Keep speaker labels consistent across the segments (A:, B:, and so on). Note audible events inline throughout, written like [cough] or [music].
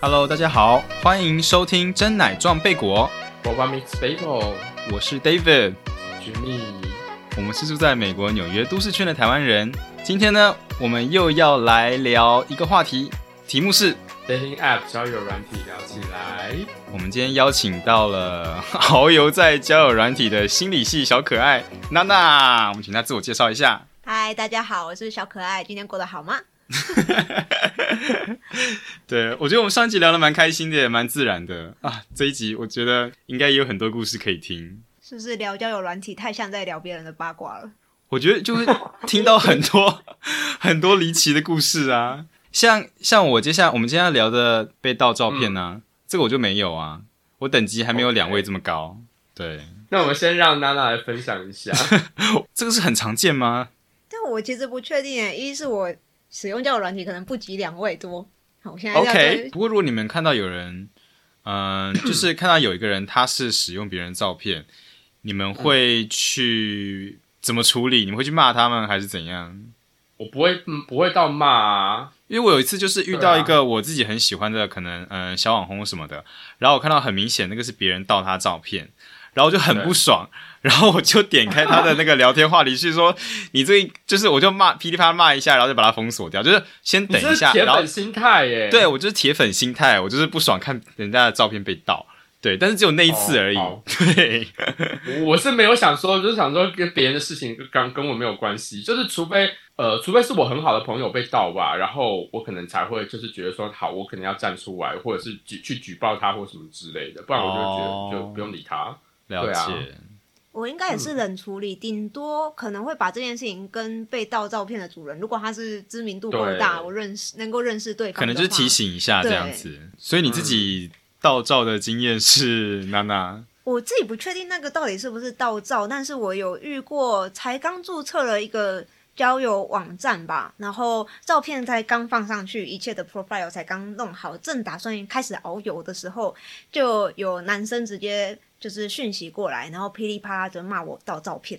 A: Hello，大家好，欢迎收听真奶撞贝果，
B: 我把 Mix Bagel
A: 我是 David，
B: 举例，
A: 我们是住在美国纽约都市圈的台湾人。今天呢，我们又要来聊一个话题，题目是
B: dating app 交友软体聊起来。
A: 我们今天邀请到了 [laughs] 遨游在交友软体的心理系小可爱娜娜，我们请她自我介绍一下。
C: 嗨，大家好，我是小可爱，今天过得好吗？
A: 对，我觉得我们上一集聊得蛮开心的，也蛮自然的啊。这一集我觉得应该也有很多故事可以听。
C: 是不是聊交友软体太像在聊别人的八卦了？
A: 我觉得就会听到很多 [laughs] 很多离奇的故事啊，像像我接下来我们今天要聊的被盗照片啊，这个我就没有啊，我等级还没有
B: OK
A: 两位这么高。对，
B: 那我们先让娜娜来分享
A: [laughs]
B: 一下，
A: 这个是很常见吗？
C: 但我其实不确定耶，一是我使用交友软体可能不及两位多，好，我现在要
A: OK，不过如果你们看到有人，嗯、就是看到有一个人他是使用别人的照片，你们会去怎么处理？你们会去骂他们还是怎样？
B: 我不会嗯不会到骂啊，
A: 因为我有一次就是遇到
B: 对啊
A: 一个我自己很喜欢的，可能嗯、呃小网红什么的，然后我看到很明显那个是别人盗他照片，然后我就很不爽，然后我就点开他的那个聊天话题去说，你这就是我就骂噼里啪啦骂一下，然后就把他封锁掉，就是先等一
B: 你这
A: 下，
B: 是铁
A: 然后
B: 粉心态耶。
A: 对，我就是铁粉心态，我就是不爽看人家的照片被盗。对，但是只有那一次而已。
B: 哦
A: 对，
B: 我我是没有想说，就是想说跟别人的事情跟跟我没有关系，就是除非呃，除非是我很好的朋友被盗吧，然后我可能才会就是觉得说好，我可能要站出来，或者是举去举报他或什么之类的，不然我就觉得、
A: 哦
B: 就不用理他。
A: 了
B: 对
A: 解。
B: 啊
C: 我应该也是冷处理，顶多可能会把这件事情跟被盗照片的主人，如果他是知名度够大，
B: 对
C: 我认识能够认识对方，
A: 可能就是提。醒一下这样子。所以你自己
B: 嗯
A: 盗照的经验是娜娜，
C: 我自己不确定那个到底是不是盗照，但是我有遇过，才刚注册了一个交友网站吧，然后照片才刚放上去，一切的 profile 才刚弄好，正打算开始遨游的时候，就有男生直接就是讯息过来，然后噼里啪啦的骂我盗照片，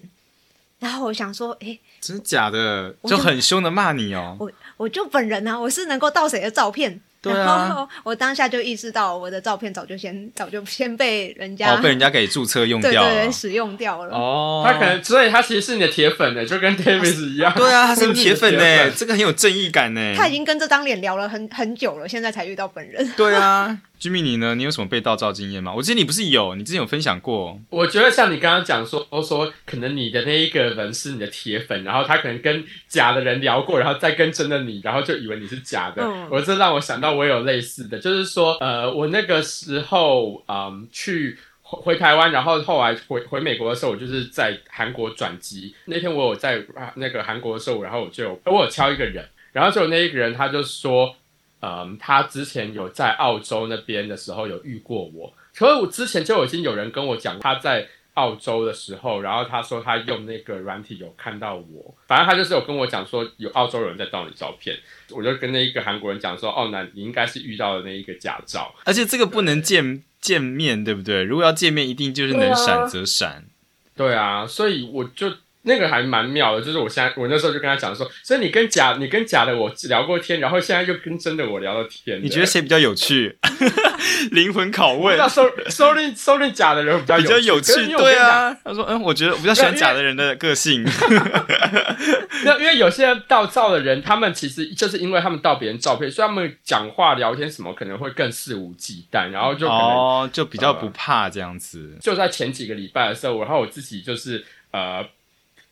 C: 然后我想说，诶、
A: 真的假的？
C: 我
A: 就
C: 就
A: 很凶的骂你哦。
C: 我我就本人啊，我是能够盗谁的照片。
A: 对啊
C: 然后我当下就意识到，我的照片早就先早就先被人家、
A: 哦，被人家给注册用
C: 对
A: 掉
C: 对
A: 了
C: 对。使用掉了。
A: 哦，
B: 他可能，所以他其实是你的铁粉呢，欸就跟 Davis 一样。
A: 对啊，他是
B: 你的
A: 铁
B: [laughs]
A: 粉呢，
B: 铁
A: 这个很有正义感呢。
C: 他已经跟这张脸聊了很很久了，现在才遇到本人。
A: 对啊，Jimmy，你 [laughs] 呢？你有什么被盗照经验吗？我记得你不是有，你之前有分享过。
B: 我觉得像你刚刚讲说哦说，可能你的那一个人是你的铁粉，然后他可能跟假的人聊过，然后再跟真的你，然后就以为你是假的。
C: 嗯
B: 我这让我想到我有类似的，就是说，呃，我那个时候，嗯，去。回回台湾，然后后来回回美国的时候，我就是在韩国转机。那天我有在啊那个韩国的时候，然后我就有我有敲一个人，然后就有那一个人他就说，嗯，他之前有在澳洲那边的时候有遇过我，可是我之前就已经有人跟我讲他在澳洲的时候，然后他说他用那个软体有看到我，反正他就是有跟我讲说有澳洲人在盗你照片，我就跟那一个韩国人讲说，哦，那你应该是遇到了那一个假照，
A: 而且这个不能见见面，对不对？如果要见面，一定就是能闪则闪。
B: 对啊，所以我就那个还蛮妙的，就是我现在我那时候就跟他讲说，所以你跟假你跟假的我聊过天，然后现在又跟真的我聊了天，
A: 你觉得谁比较有趣？ [laughs] 灵魂拷问
B: 那，收收敛收敛假的人比较
A: 比较有
B: 可是
A: 趣，
B: 因为我跟
A: 对
B: 你讲
A: 啊。他说，嗯，我觉得我比较喜欢假的人的个性。
B: [laughs] 那因为有些盗照的人，他们其实就是因为他们盗别人照片，所以他们讲话聊天什么可能会更肆无忌惮，然后就可能、
A: 哦，就比较不怕这样子。
B: 就在前几个礼拜的时候，然后我自己就是呃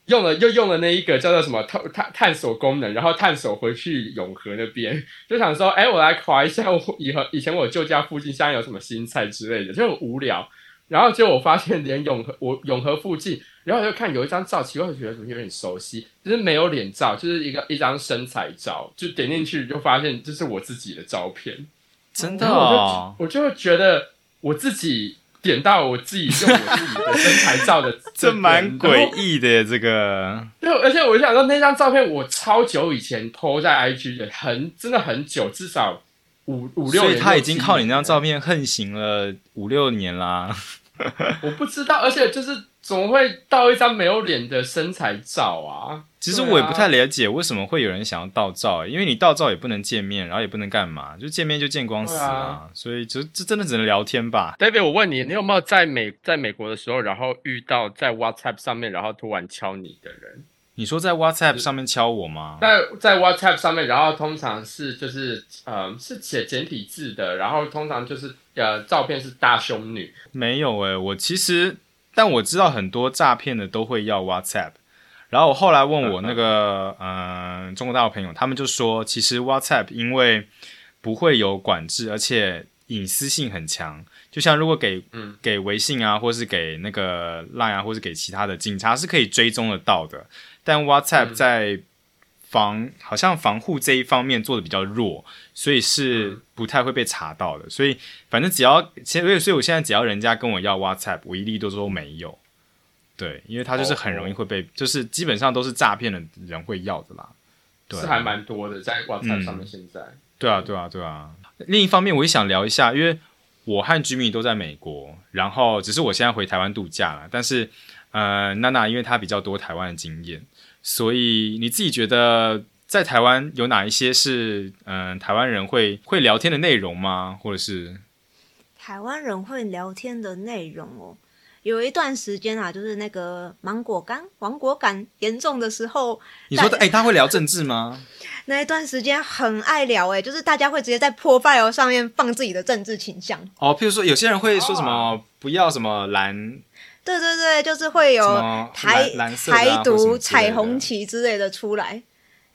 B: 用了又用了那一个叫做什么探探探索功能，然后探索回去永和那边， [laughs] 就想说，哎，我来划一下我以后以前我舅家附近现在有什么新菜之类的，就很无聊。然后结果我发现连永和我永和附近，然后我就看有一张照，奇怪，我觉得怎么有点熟悉，就是没有脸照，就是一个一张身材照，就点进去就发现这是我自己的照片。
A: 真的
B: 然后
A: 哦，
B: 我就我就会觉得我自己点到我自己用我自己的身材
A: [laughs]
B: 照的
A: 这蛮
B: 诡
A: 诡异的耶这个。
B: 对，而且我就想说那张照片我超久以前 PO 在 IG 的，很真的很久，至少五五六
A: 所
B: 年。
A: 以他已经靠你那张
B: 片。啊
A: 照片横行了五六年啦。
B: 我不知道，而且就是怎么会盗一张没有脸的身材照啊？
A: 其实我也不
B: 对啊
A: 太了解为什么会有人想要盗照、因为你盗照也不能见面，然后也不能干嘛，就见面就见光死
B: 对
A: 啊
B: 啊，
A: 所以就这真的只能聊天吧。
B: David，我问你，你有没有在美在美国的时候，然后遇到在 WhatsApp 上面，然后突然敲你的人？
A: 你说在 WhatsApp 上面敲我吗？
B: 在在 WhatsApp 上面，然后通常是就是呃是写简体字的，然后通常就是呃照片是大胸女，
A: 没有诶、我其实，但我知道很多诈骗的都会要 WhatsApp。然后我后来问我那个嗯、呃中国大陆朋友，他们就说，其实 WhatsApp 因为不会有管制，而且隐私性很强。就像如果给、
B: 嗯
A: 给微信啊，或是给那个 Line 啊，或是给其他的，警察是可以追踪得到的。但 WhatsApp
B: 嗯
A: 在防、好像防护这一方面做的比较弱，所以是
B: 嗯
A: 不太会被查到的。所以反正只要，其实所以我现在只要人家跟我要 WhatsApp，我一律都说没有。对，因为他
B: 哦
A: 就是很容易会被，就是基本上都是诈骗的人会要的啦。对啊，
B: 是还蛮多的，在 WhatsApp 上面现在。
A: 对啊，对啊，对啊。另一方面，我也想聊一下，因为我和 Jimmy 都在美国，然后只是我现在回台湾度假了。但是，呃，娜娜因为她比较多台湾的经验，所以你自己觉得在台湾有哪一些是嗯、呃台湾人会会聊天的内容吗？或者是
C: [laughs] 台湾人会聊天的内容哦。有一段时间啊，就是那个芒果干、芒果感严重的时候，
A: 你说的
C: 大
A: 哎、他会聊政治吗？
C: 那一段时间很爱聊、欸，就是大家会直接在 profile 上面放自己的政治倾向。
A: 哦，譬如说有些人会说什么、
B: 哦
A: 不要什么蓝
C: 对对对，就是会
A: 什
C: 有
A: 么
C: 台
A: 蓝蓝色的啊、
C: 台
A: 或
C: 独、
A: 者什么之类的
C: 彩虹旗之类的出来。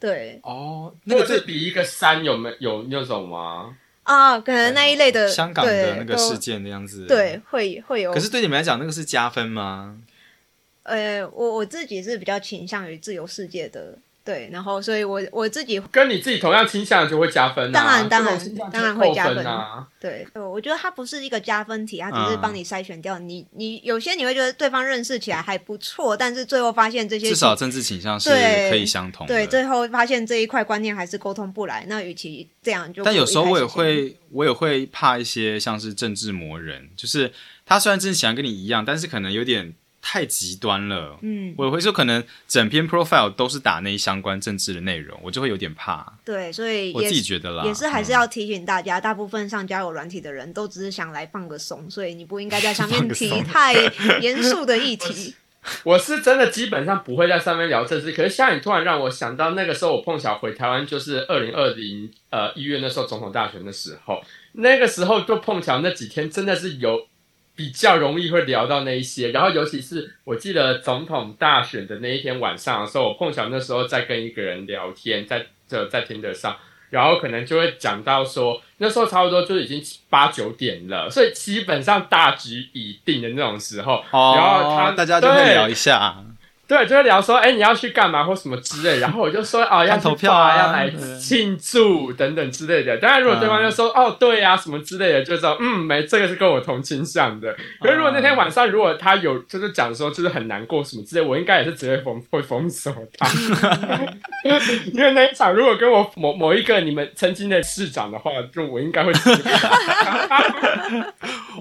C: 对
A: 哦，那
B: 那
A: 个
B: 个
A: 对
B: 是比一个山有没有那种吗？
C: 啊，可能那一类的
A: 香港的那个事，
C: 对
A: 件那样子，
C: 都对，会会有。
A: 可是对你们来讲，那个是加分吗？
C: 呃，我我自己是比较倾向于自由世界的，对，然后所以我我自己
B: 跟你自己同样倾向的就会加分、啊，
C: 当然当然
B: 这种倾向就
C: 当然会加分
B: 扣啊。
C: 对，呃我觉得它不是一个加分题，它只是
A: 嗯
C: 帮你筛选掉、你你有些你会觉得对方认识起来还不错，但是最后发现这些
A: 至少政治倾向是
C: 对
A: 可以相同的。
C: 对，最后发现这一块观念还是沟通不来，那与其这样就
A: 但有
C: 不如一
A: 时候
C: 开
A: 我
C: 始
A: 也
C: 先
A: 会，我也会怕一些像是政治魔人，就是他虽然真的想跟你一样，但是可能有点太极端了。
C: 嗯，
A: 我会说，可能整篇 profile 都是打那一相关政治的内容，我就会有点怕。
C: 对，所以
A: 我
C: 也
A: 自己
C: 是
A: 觉得啦，
C: 也是还是
A: 嗯
C: 要提醒大家，大部分上交友软体的人都只是想来放个松，所以你不应该在上面
A: 放个
C: 提
A: 松
C: 太严肃的议
A: [laughs]
C: 题。
B: 我是真的基本上不会在上面聊政治，可是像你突然让我想到那个时候我碰巧回台湾，就是二零二零呃一月那时候总统大选的时候，那个时候就碰巧那几天真的是有比较容易会聊到那一些，然后尤其是我记得总统大选的那一天晚上的时候，我碰巧那时候在跟一个人聊天，在这在听得上。然后可能就会讲到说，那时候差不多就已经八九点了，所以基本上大局已定的那种时候，
A: 哦，
B: 然后他
A: 大家就会
B: 对
A: 聊一下，啊
B: 对，就会聊说，哎、你要去干嘛或什么之类，然后我就说，哦，要去
A: 投票啊
B: 吧要来庆祝等等之类的。当然，如果对方就
A: 嗯
B: 说，哦，对呀、啊，什么之类的，就知道，嗯，没，这个是跟我同倾向的。可是如果
A: 哦
B: 那天晚上，如果他有就是讲说，就是很难过什么之类，我应该也是直接封会封锁
A: [laughs]
B: 他，因为那一场如果跟我某某一个你们曾经的市长的话，就我应该会直接封锁他。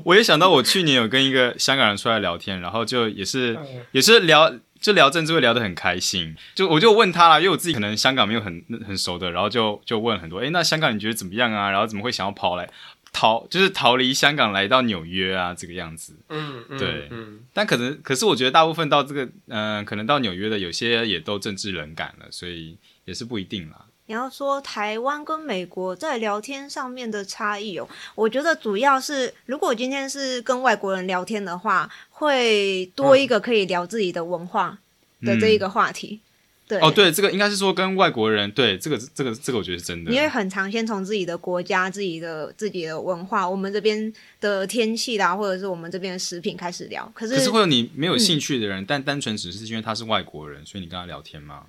A: 我也想到，我去年有跟一个香港人出来聊天，然后就也是也是聊就聊政治，会聊得很开心。就我就问他啦，因为我自己可能香港没有很很熟的，然后就就问很多，诶，那香港你觉得怎么样啊？然后怎么会想要跑来逃，就是逃离香港来到纽约啊这个样子？
B: 嗯，嗯
A: 对
B: 嗯，
A: 但可能可是我觉得大部分到这个嗯、呃可能到纽约的有些也都政治冷感了，所以也是不一定啦。
C: 你要说台湾跟美国在聊天上面的差异哦，我觉得主要是，如果今天是跟外国人聊天的话，会多
A: 嗯
C: 一个可以聊自己的文化的这一个话题。对，
A: 哦，，对，这个应该是说跟外国人对这个这个这个我觉得是真的，
C: 因为很常先从自己的国家、自己的自己的文化，我们这边的天气啦，或者是我们这边的食品开始聊。可
A: 可是
C: 是
A: 会有你没
C: 嗯
A: 有兴趣的人，但单纯只是因为他是外国人，所以你跟他聊天吗？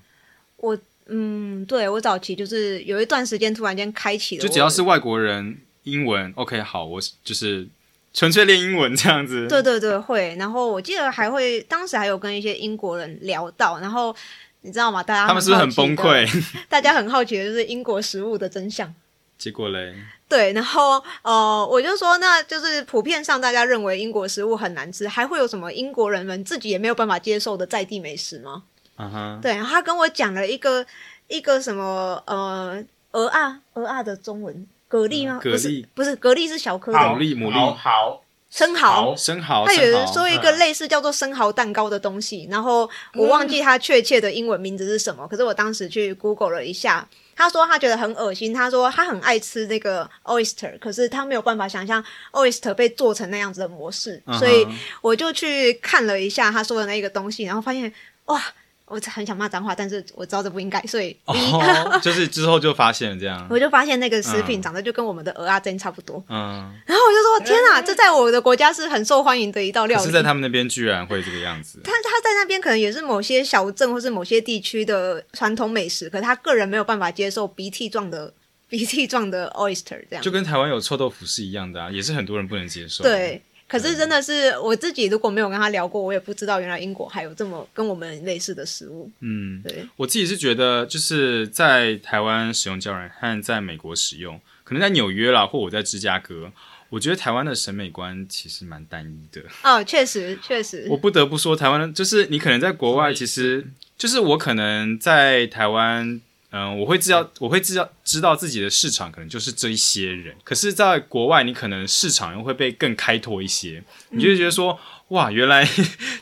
C: 嗯，对我早期就是有一段时间突然间开启了我，
A: 就只要是外国人，英文 OK 好，我是就是纯粹练英文这样子。
C: 对对对，会。然后我记得还会，当时还有跟一些英国人聊到，然后你知道吗？大家
A: 他们是不是很
C: 好奇
A: 崩
C: 的？
A: 溃？ [laughs]
C: 大家很好奇的就是英国食物的真相。
A: 结果嘞，
C: 对，然后呃，我就说，那就是普遍上大家认为英国食物很难吃，还会有什么英国人们自己也没有办法接受的在地美食吗？
A: 啊哈，
C: 对，然后他跟我讲了一个一个什么呃，鹅啊，鹅啊的中文蛤蜊吗？
A: 嗯蛤
C: 不是
A: 蜊
C: 不是蛤蜊是小颗
A: 好牡
C: 的，
A: 蛎牡蛎
B: 好好
C: 生蚝。
A: 生蚝，
C: 他有
A: 生
C: 人
A: 蚝，
C: 说一个类似叫做生蚝蛋糕的东西，然后我忘记它确切的英文名字是什么，可是我当时去 Google 了一下，他说他觉得很恶心，他说他很爱吃那个 oyster，可是他没有办法想象 oyster 被做成那样子的模式，
A: 嗯哼
C: 所以我就去看了一下他说的那个东西，然后发现哇，我很想骂脏话，但是我知道这不应该，所以
A: 哦， [laughs] 就是之后就发现了这样，
C: 我就发现那个食
A: 嗯
C: 品长得就跟我们的鹅啊煎差不多， [laughs]
A: 嗯，
C: 然后我就说天哪，这在我的国家是很受欢迎的一道料
A: 可
C: 理，
A: 是在他们那边居然会这个样子，
C: 他他在那边可能也是某些小镇或是某些地区的传统美食，可他个人没有办法接受鼻涕状的 [laughs] 鼻涕状的 oyster 这样
A: 就。跟台湾有臭豆腐是一样的啊，也是很多人不能接受。，
C: 对，可是真的是我自己如果没有跟他聊过，我也不知道原来英国还有这么跟我们类似的食物。
A: 嗯，
C: 对，
A: 我自己是觉得就是在台湾使用胶软和在美国使用，可能在纽约啦，或我在芝加哥。我觉得台湾的审美观其实蛮单一的，
C: 哦，确实确实
A: 我，不得不说，台湾的就是你可能在国外，其实就是我可能在台湾，嗯，我会知道，我会知道知道自己的市场可能就是这一些人，可是，在国外，你可能市场又会被更开拓一些，你就会觉得说，哇，原来 [laughs]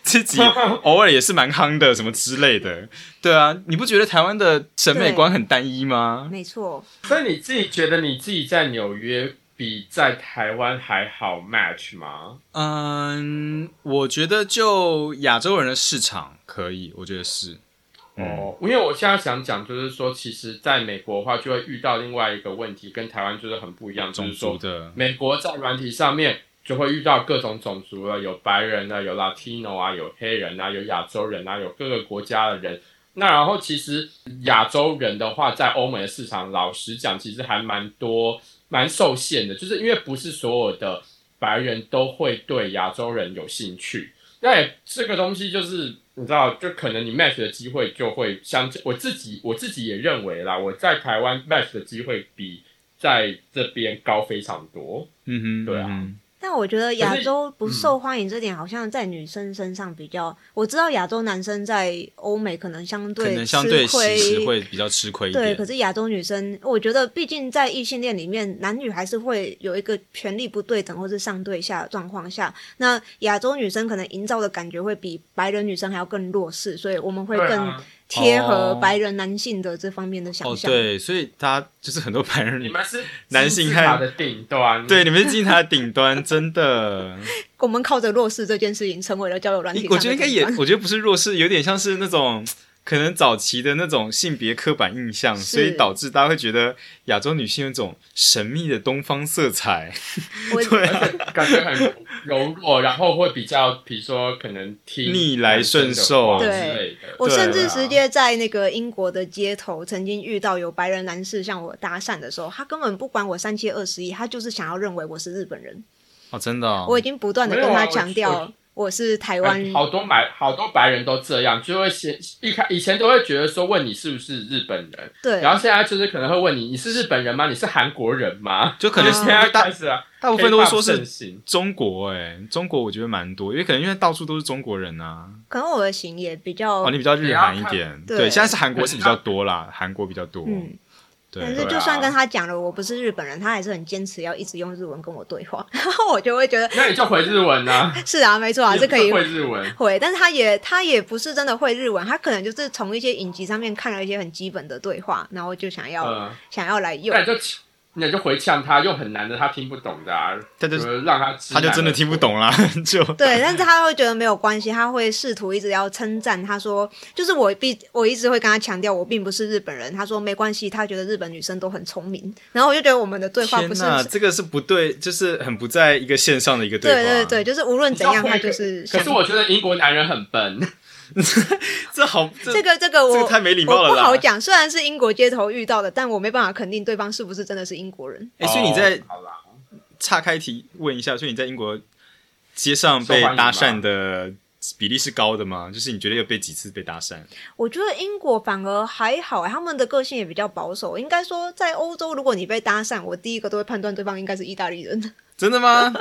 A: 自己偶尔也是蛮夯的，什么之类的，对啊，你不觉得台湾的审美观很单一吗？
C: 没错。
B: 所以你自己觉得你自己在纽约比在台湾还好 match 吗？
A: 嗯，我觉得就亚洲人的市场可以，我觉得是，嗯，
B: 哦，因为我现在想讲，就是说，其实在美国的话，就会遇到另外一个问题，跟台湾就是很不一样，就
A: 种
B: 是
A: 族
B: 说，
A: 的，
B: 美国在软体上面就会遇到各种种族了，有白人啊，有 Latino 啊，有黑人啊，有亚洲人啊，有各个国家的人。那然后其实亚洲人的话，在欧美的市场，老实讲，其实还蛮多、蛮受限的，就是因为不是所有的白人都会对亚洲人有兴趣。那也这个东西就是你知道，就可能你 match 的机会就会相，我自己我自己也认为啦，我在台湾 match 的机会比在这边高非常多。
A: 嗯哼，
B: 对啊
A: 嗯哼
C: 但我觉得亚
B: 可是
C: 洲不受欢迎这点，好像在女生身上比较。我知道亚洲男生在欧美可能相
A: 可
C: 对
A: 能相对
C: 吃
A: 其
C: 亏
A: 实会比较吃亏一
C: 对，
A: 点。
C: 可是亚洲女生，我觉得毕竟在异性恋里面，男女还是会有一个权力不对等或是上对下的状况下，那亚洲女生可能营造的感觉会比白人女生还要更弱势，所以我们会
B: 对
C: 更
B: 啊，
C: 贴合
A: 哦
C: 白人男性的这方面的想
A: 哦，
C: 象。
A: 对，所以大家就是很多白人
B: 你
A: 女，
B: 们是
A: 男性
B: 金字塔
A: 汉
B: 的顶端，
A: 对，你们是金字塔的顶端，真的。
C: 我们靠着弱势这件事情成为了交友软体
A: 你
C: 上的
A: 我
C: 顶端。
A: 觉得应该也，我觉得不是弱势，有点像是那种可能早期的那种性别刻板印象，所以
C: 是
A: 导致大家会觉得亚洲女性有一种神秘的东方色彩。 [laughs]
C: 我
B: 感觉很柔弱，然后会比较，比如说可能听
A: 逆来顺受
B: 男生的话之类的。
C: 我
A: 对
C: 甚至
B: 啊
C: 直接在那个英国的街头，曾经遇到有白人男士向我搭讪的时候，他根本不管我三七二十一，他就是想要认为我是日本人。
A: 哦，真的、哦，
C: 我已经不断的
B: 没
C: 跟
B: 有啊
C: 他
B: 我
C: 强调
B: 我
C: 我是台湾
B: 很哎好多白好多白人都这样，就会先一开以前都会觉得说问你是不是日本人，
C: 对，
B: 然后现在就是可能会问你你是日本人吗？你是韩国人吗？
A: 就可能
B: 就现在开始啊，
A: 啊大部分都会说是
B: K-pop 盛行
A: 中国、哎，中国我觉得蛮多，因为可能因为到处都是中国人啊。
C: 可能我的型也比较、
A: 哦，你比较日韩一点，
C: 对
A: 现在是韩国是比较多啦，韩国比较多。
C: 嗯，
A: 对，
C: 但是
B: 对
C: 就
B: 啊
C: 算跟他讲了我不是日本人，他还是很坚持要一直用日文跟我对话， [laughs] 然后我就会觉得
B: 那你就回日文啊，
C: 是啊，没错啊，
B: 你
C: 是可以
B: 会日文。
C: 会，但是他也他也不是真的会日文，他可能就是从一些影集上面看了一些很基本的对话，然后就想要、
B: 嗯，
C: 想要来用
B: 那。你就那你就回呛他，用很难的他听不懂的啊，
A: 他就
B: 就是让他知
A: 他就
B: 难
A: 真的
B: 而
A: 听不
B: 退。
A: 懂啦， [laughs] 就
C: 对，但是他会觉得没有关系，他会试图一直要称赞。他说，就是我必我一直会跟他强调，我并不是日本人。他说没关系，他觉得日本女生都很聪明。然后我就觉得我们的对话
A: 天
C: 不是
A: 呐，这个是不对，就是很不在一个线上的一个
C: 对
A: 话。
C: 对对，就是无论
B: 你知
C: 怎
B: 道
C: 样，
B: 会
C: 他就是想
B: 可是我觉得英国男人很笨，
A: 这好，这
C: 这个这个
A: 这
C: 我
A: 个太没礼貌了
C: 我不
A: 啦
C: 好讲。虽然是英国街头遇到的，但我没办法肯定对方是不是真的是英国人。
A: 哎、所以你在
B: 哦好啦，
A: 岔开题问一下，所以你在英国街上
B: 受欢
A: 被
B: 迎吗
A: 搭讪的比例是高的吗？就是你觉得有被几次被搭讪？
C: 我觉得英国反而还好、欸，他们的个性也比较保守。应该说，在欧洲，如果你被搭讪，我第一个都会判断对方应该是意大利人。
A: 真的吗？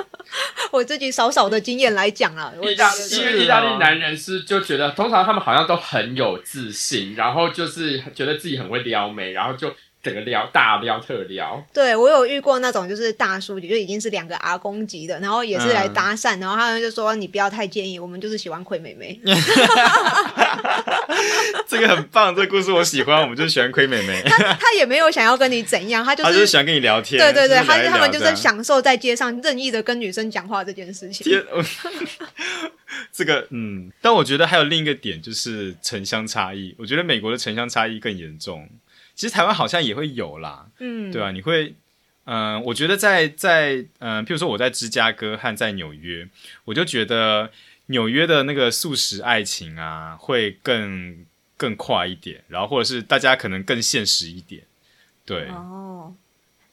C: 我自己少少的经验来讲啦，我
B: 意大
C: 是
B: 因为意大利男人是就觉得，通常他们好像都很有自信，然后就是觉得自己很会撩妹，然后就整个撩大撩特撩。
C: 对我有遇过那种就是大叔级，就已经是两个阿公级的，然后也是
A: 嗯
C: 来搭讪，然后他们就说你不要太介意，我们就是喜欢葵妹
A: [laughs]
C: 妹。
A: 这个很棒，这个故事我喜欢，我们就喜欢亏妹妹，
C: 他他也没有想要跟你怎样，他就
A: 她就是
C: 是
A: 喜欢跟你聊天。
C: 对对对，
A: 就是聊
C: 他
A: 一聊
C: 他们就
A: 这
C: 是
A: 样
C: 享受在街上任意的跟女生讲话这件事情。
A: 天，我这个嗯，但我觉得还有另一个点就是城乡差异，我觉得美国的城乡差异更严重。其实台湾好像也会有啦，
C: 嗯，
A: 对啊，你会，嗯、我觉得在在嗯、呃譬如说我在芝加哥和在纽约，我就觉得纽约的那个素食爱情啊，会更更快一点，然后或者是大家可能更现实一点，对，
C: 哦，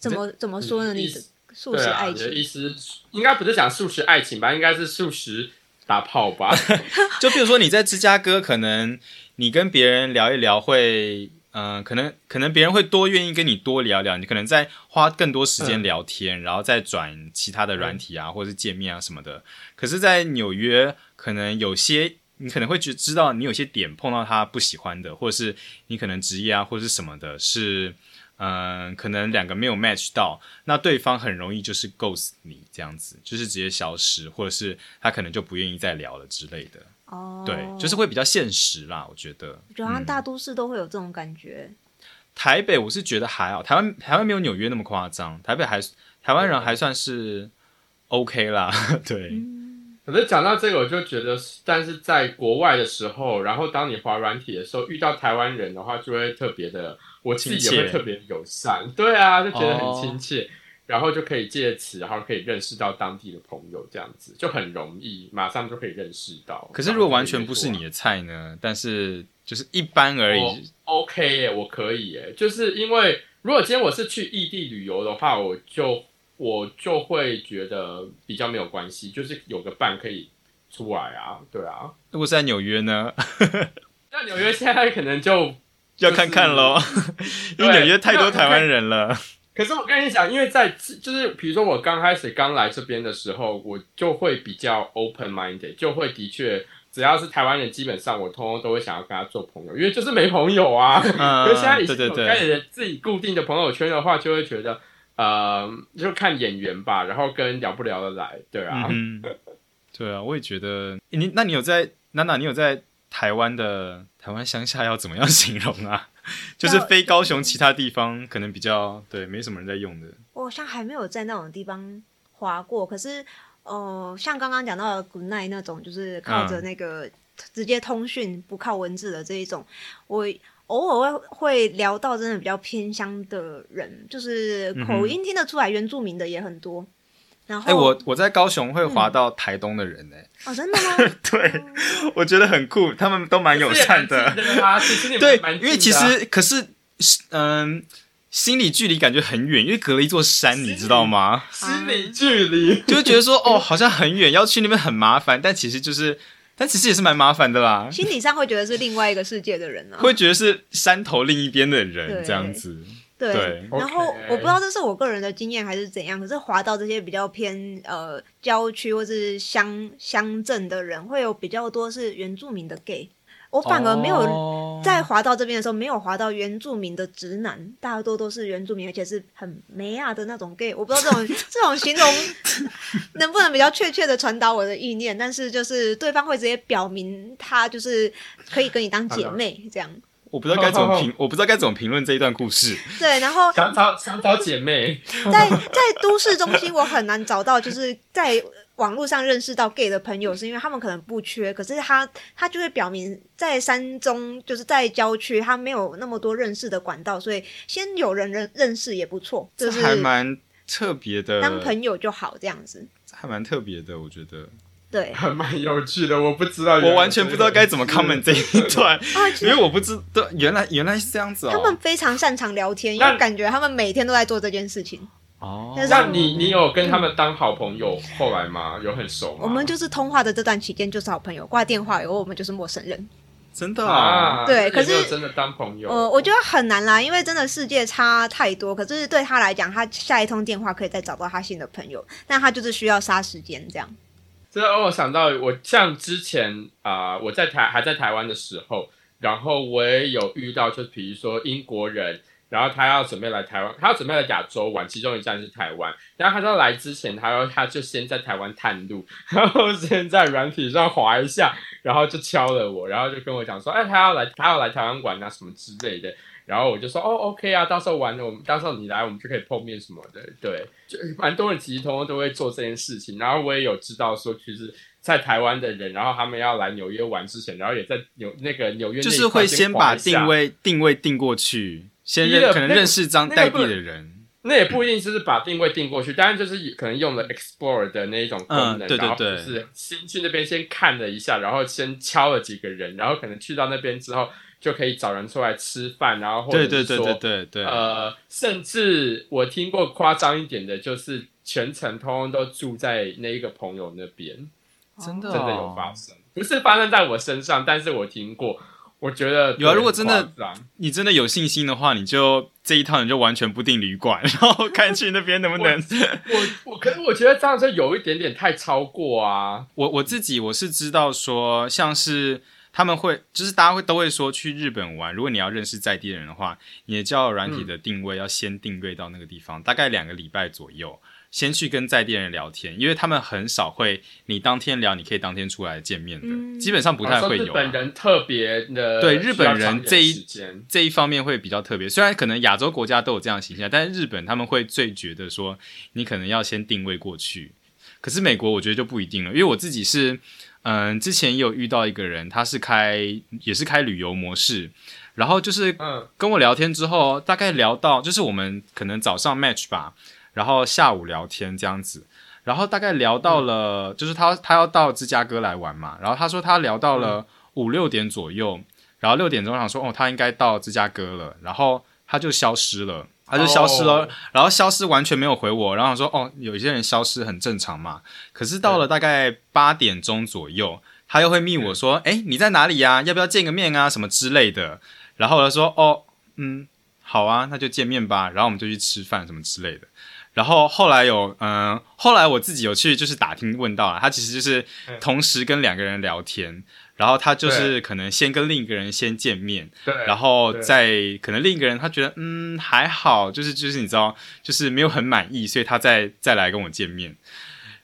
C: 怎么怎么说呢？
B: 意
C: 你
B: 思
C: 素食爱
B: 对啊、你的
C: 情，
B: 意思应该不是讲素食爱情吧，应该是素食打炮吧？ [laughs]
A: 就比如说你在芝加哥，可能你跟别人聊一聊会，嗯、可能可能别人会多愿意跟你多聊聊，你可能在花更多时间聊天，然后再转其他的软体啊，或者是界面啊什么的。可是，在纽约，可能有些你可能会觉知道你有些点碰到他不喜欢的，或者是你可能职业啊，或者是什么的，是。嗯，可能两个没有 match 到，那对方很容易就是 ghost 你这样子，就是直接消失，或者是他可能就不愿意再聊了之类的。
C: 哦，
A: 对，就是会比较现实啦，我觉得。
C: 我觉得好像
A: 嗯
C: 大都市都会有这种感觉。
A: 台北我是觉得还好，台湾台湾没有纽约那么夸张，台北还台湾人还算是 OK 啦， [laughs] 对，
B: 可是讲到这个，我就觉得，但是在国外的时候，然后当你滑软体的时候，遇到台湾人的话，就会特别的，我自己
A: 亲切
B: 也会特别友善，对啊，就觉得
A: 哦
B: 很亲切，然后就可以借此，然后可以认识到当地的朋友，这样子就很容易，马上就可以认识到。
A: 可是如果完全不是
B: 啊
A: 你的菜呢？但是就是一般而
B: 我
A: 已，
B: OK 耶，我可以耶，就是因为如果今天我是去异地旅游的话，我就我就会觉得比较没有关系，就是有个伴可以出来啊，对啊。
A: 如果是在纽约呢，
B: 那纽约现在可能就，
A: 要看看喽，
B: [laughs]
A: 因为
B: 对
A: 纽约太多
B: 要看
A: 台湾人了。
B: 可是我跟你讲，因为在就是比如说我刚开始刚来这边的时候，我就会比较 open minded，就会的确。只要是台湾人，基本上我通通都会想要跟他做朋友，因为就是没朋友啊。 [laughs]
A: 嗯
B: 可是现在已
A: 对
B: 经
A: 对
B: 有
A: 对
B: 开，始自己固定的朋友圈的话，就会觉得，呃，就看眼缘吧，然后跟聊不聊得来，对啊。
A: 嗯哼，对啊，我也觉得诶你，那你有在娜娜，你有在台湾的台湾乡下要怎么样形容啊？ [laughs] 就是非高雄其他地方可能比较对，没什么人在用的。
C: 我好像还没有在那种地方滑过，可是，呃，像刚刚讲到的 Good Night 那种，就是靠
A: 嗯
C: 着那个直接通讯不靠文字的这一种，我偶尔会会聊到真的比较偏乡的人，就是
A: 嗯哼
C: 口音听得出来原住民的也很多。然后，
A: 哎、我我在高雄会滑到台东的人呢、
C: 哦，真的吗？ [laughs]
A: 对， [laughs] 我觉得很酷，他们都蛮友善的。
B: 对啊，其实你们 [laughs]
A: 对
B: 蛮，近的啊
A: 因为其实可是是嗯。心理距离感觉很远，因为隔了一座山，你知道吗？
B: 心理距离，
A: 就会觉得说，哦，好像很远，要去那边很麻烦，但其实就是，但其实也是蛮麻烦的啦。
C: 心理上会觉得是另外一个世界的人啊呢、
A: 会觉得是山头另一边的人
C: 对
A: 这样子，
C: 对，
A: 对
C: 然后
B: OK
C: 我不知道这是我个人的经验还是怎样，可是滑到这些比较偏呃郊区或是乡乡镇的人，会有比较多是原住民的 gay。我反而没有
A: 有
C: 在滑到这边的时候，没有滑到原住民的直男，大多都是原住民，而且是很美亚的那种 gay。我不知道这种这种形容能不能比较确切的传达我的意念，但是就是对方会直接表明他就是可以跟你当姐妹这样。
A: 我不知道该怎么
C: [laughs]
A: 评，我不知道该怎么评论这一段故事。
C: 对，然后
B: 想找想找姐妹，
C: 在在都市中心，我很难找到就是在网络上认识到 gay 的朋友，是因为他们可能不缺，可是他他就会表明在山中，就是在郊区，他没有那么多认识的管道，所以先有人认认识也不错，就是
A: 还蛮特别的，
C: 当朋友就好这样子。
A: 还蛮特别的，我觉得 [laughs]
C: 对
B: 还蛮有趣的。我不知道，
A: 我完全不知道该怎么 comment 这一段，
C: 啊，其
A: 因
C: 实
A: 为我不知道原来原来是这样子
C: 他们
A: 哦。
C: 非常擅长聊天，因
B: 那
C: 为感觉他们每天都在做这件事情。
A: 哦
C: 但是
B: 那你你有跟他们当好朋友后来吗？有很熟吗？
C: 我们就是通话的这段期间就是好朋友，挂电话以后我们就是陌生人。
A: 真的
B: 啊，
A: 啊，
C: 对可
B: 也没有
C: 是
B: 真的当朋友，
C: 呃，我觉得很难啦，因为真的世界差太多。可是对他来讲，他下一通电话可以再找到他新的朋友，但他就是需要杀时间这样。
B: 这让我想到，我像之前啊、我在台还在台湾的时候，然后我也有遇到，就比如说英国人，然后他要准备来台湾，他要准备来亚洲玩，其中一站是台湾。然后他在来之前，他要他就先在台湾探路， [laughs] 然后先在软体上滑一下，然后就敲了我，然后就跟我讲说，哎，他要来，他要来台湾玩啊，什么之类的。然后我就说哦，OK 啊，到时候玩了，我们到时候你来，我们就可以碰面什么的。对，就蛮多人其实通通都会做这件事情。然后我也有知道说，其实，在台湾的人，然后他们要来纽约玩之前，然后也在纽那个纽约那
A: 就
B: 一
A: 是会
B: 块
A: 先
B: 滑
A: 把
B: 一下
A: 定位定位定过去，先
B: 一
A: 认
B: 个
A: 可能
B: 那个
A: 认识张
B: 那个
A: 代
B: 不
A: 地的人，
B: 那也不一定就是把定位定过去，当然就是可能用了 Explore 的那一种功能，
A: 嗯对对
B: 然后就
A: 对
B: 是先去那边先看了一下，然后先敲了几个人，然后可能去到那边之后就可以找人出来吃饭，然后或者
A: 对
B: 是
A: 对对
B: 说
A: 对对对，
B: 呃，甚至我听过夸张一点的，就是全程通通都住在那一个朋友那边，
A: 真的
B: 真
A: 哦
B: 的有发生，不是发生在我身上，但是我听过，我觉得
A: 有啊
B: 很
A: 如果真的
B: 夸张
A: 你真的有信心的话，你就这一趟你就完全不订旅馆， [laughs] 然后看去那边能不能。
B: 我我可是我觉得这样就有一点点太超过啊，
A: 我 [laughs] 我自己我是知道说，像是他们会就是大家会都会说去日本玩，如果你要认识在地人的话，你的交友软体的定位要先定位到那个地方，大概两个礼拜左右。先去跟在地人聊天，因为他们很少会，你当天聊，你可以当天出来见面的，
C: 嗯
A: 基本上不太
B: 好像
A: 会
B: 日
A: 有、啊
B: 本。人特别的
A: 对日本人
B: 需要长一点
A: 这一
B: 时间，
A: 这一方面会比较特别。虽然可能亚洲国家都有这样的形象，但是日本他们会最觉得说，你可能要先定位过去。可是美国我觉得就不一定了，因为我自己是，嗯，之前也有遇到一个人，他是开也是开旅游模式，然后就是
B: 嗯
A: 呃跟我聊天之后，大概聊到就是我们可能早上 match 吧，然后下午聊天这样子，然后大概聊到了，就是他他要到芝加哥来玩嘛，然后他说他聊到了五六点左右，然后六点钟我想说哦他应该到芝加哥了，然后他就消失了，他就消失了，
B: 哦
A: 然后消失完全没有回我，然后我说哦有一些人消失很正常嘛，可是到了大概八点钟左右。他又会密我说：“哎、你在哪里呀、要不要见个面啊？什么之类的。”然后我就说：“哦，嗯，好啊，那就见面吧。”然后我们就去吃饭什么之类的。然后后来有，嗯、后来我自己有去就是打听问到啊，他其实就是
B: 嗯
A: 同时跟两个人聊天，然后他就是可能先跟另一个人先见面，
B: 对，
A: 然后
B: 对
A: 再可能另一个人他觉得嗯还好，就是就是你知道，就是没有很满意，所以他再再来跟我见面。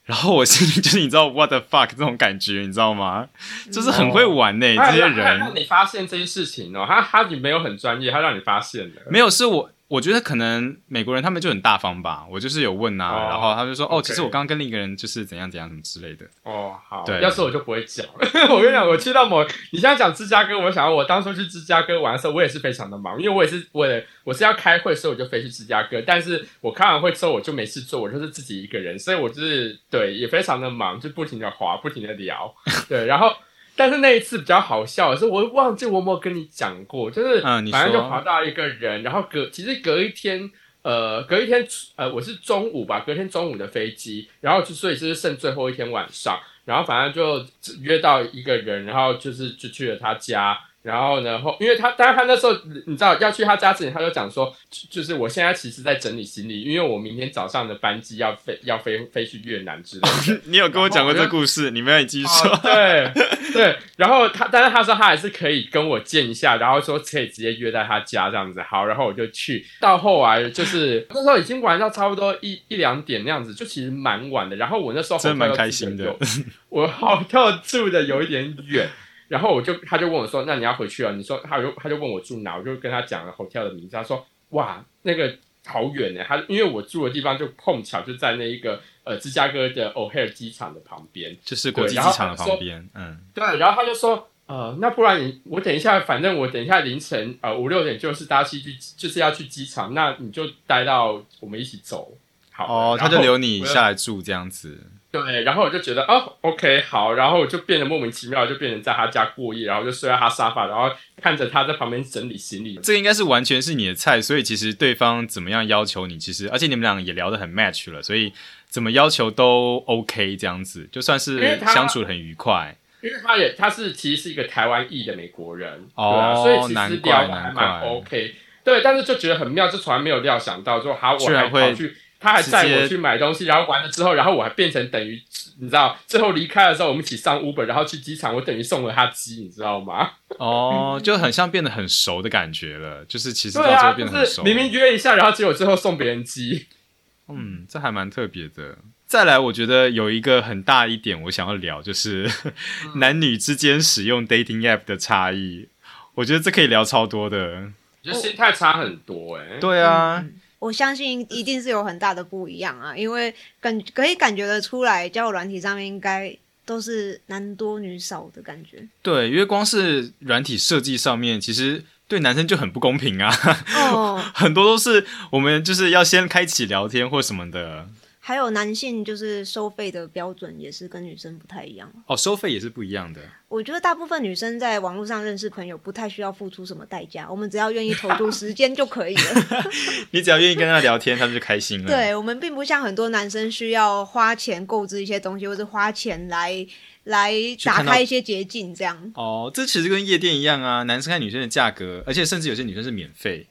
A: 然后我心里 [laughs] 就是你知道 what the fuck 这种感觉，你知道吗？就是很会玩呢、
B: 他
A: 这些
B: 他
A: 人
B: [laughs] 让你发现这些事情哦，他他你没有很专业，他让你发现了，
A: 没有，是我我觉得可能美国人他们就很大方吧。我就是有问啊，
B: 哦
A: 然后他就说哦，
B: OK
A: 其实我刚刚跟另一个人就是怎样怎样什么之类的。
B: 哦，好，
A: 对
B: 要是我就不会讲了。 [laughs] 我跟你讲，我去到某，你现在讲芝加哥，我想到我当初去芝加哥玩的时候，我也是非常的忙，因为我也是为了我是要开会，所以我就飞去芝加哥。但是我开完会之后，我就没事做，我就是自己一个人，所以我就是对也非常的忙，就不停的滑，不停的聊，对，然后。但是那一次比较好笑的是，我忘记我有没有跟你讲过，就是
A: 嗯你
B: 反正就
A: 说
B: 滑到一个人，然后隔其实隔一天呃，隔一天，呃，我是中午吧，隔天中午的飞机，然后就所以就是剩最后一天晚上，然后反正就约到一个人，然后就是就去了他家，然后呢后，因为他，当然他那时候你知道要去他家之前，他就讲说，就就是我现在其实在整理行李，因为我明天早上的班机要飞要飞飞去越南之类的，
A: [laughs] 你有跟我讲过这故事，你们你继续说。
B: 哦对对，然后他，但是他说他还是可以跟我见一下，然后说可以直接约在他家这样子。好，然后我就去。到后来就是
A: [laughs]
B: 那时候已经玩到差不多一一两点那样子，就其实蛮晚的。然后我那时候
A: 真的蛮
B: hotel
A: 开心的
B: 住有，我好跳住的有一点远。然后我就，他就问我说：“那你要回去啊？”你说，他就他就问我住哪，我就跟他讲了 hotel 的名字。他说：“哇，那个好远欸呢。”他因为我住的地方就碰巧就在那一个呃芝加哥的 O'Hare 机场的旁边，
A: [laughs] 就是国际机场的旁边，嗯，
B: 对，然后他就说，呃，那不然你我等一下，反正我等一下凌晨呃五六点就是搭戏去，就是要去机场，那你就待到我们一起走好了。
A: 哦，他
B: 然后
A: 就留你
B: 我
A: 下来住这样子，
B: 对，然后我就觉得哦，OK，好，然后我就变得莫名其妙，就变成在他家过夜，然后就睡在他沙发，然后看着他在旁边整理行李。
A: 这应该是完全是你的菜，所以其实对方怎么样要求你，其实而且你们俩也聊得很 match 了，所以怎么要求都 OK，这样子就算
B: 因为
A: 是
B: 他
A: 相处得很愉快。
B: 因为他也他是其实是一个台湾裔的美国人，
A: 哦
B: 对啊，所以其
A: 难
B: 实
A: 怪
B: 聊得还
A: 难
B: 蛮
A: 怪
B: OK，对，但是就觉得很妙，就从来没有料想到说，好，我
A: 居然
B: 还
A: 会
B: 跑去，他还带
A: 直接
B: 我去买东西，然后完了之后，然后我还变成等于你知道，最后离开的时候我们一起上 Uber，然后去机场，我等于送了他鸡，你知
A: [laughs]
B: 道吗？
A: 哦，就很像变得很熟的感觉了，就是其实到
B: 嗯对
A: 最后
B: 啊，
A: 变
B: 就
A: 得很
B: 是
A: 熟。
B: 明明约一下，然后结果最后送别人鸡，
A: 嗯，这还蛮特别的。再来，我觉得有一个很大一点，我想要聊，就是
B: 嗯
A: [laughs] 男女之间使用 dating app 的差异。我觉得这可以聊超多的。
B: 我觉得心态差很多哎、欸。
A: 对啊，
C: 我相信一定是有很大的不一样啊，因为感可以感觉得出来，交友软体上面应该都是男多女少的感觉。
A: 对，因为光是软体设计上面，其实对男生就很不公平啊， [laughs]
C: 哦，
A: 很多都是我们就是要先开启聊天或什么的。
C: 还有男性就是收费的标准也是跟女生不太一样。
A: 哦，收费也是不一样的。
C: 我觉得大部分女生在网络上认识朋友，不太需要付出什么代价，我们只要愿意投入时间就可以了。
A: 你只要愿意跟他聊天，他们就开心了。，
C: 对我们并不像很多男生需要花钱购置一些东西，或是花钱来来打
A: 看到
C: 开一些捷径这样。
A: 哦，这其实跟夜店一样啊，男生和女生的价格，而且甚至有些女生是免费。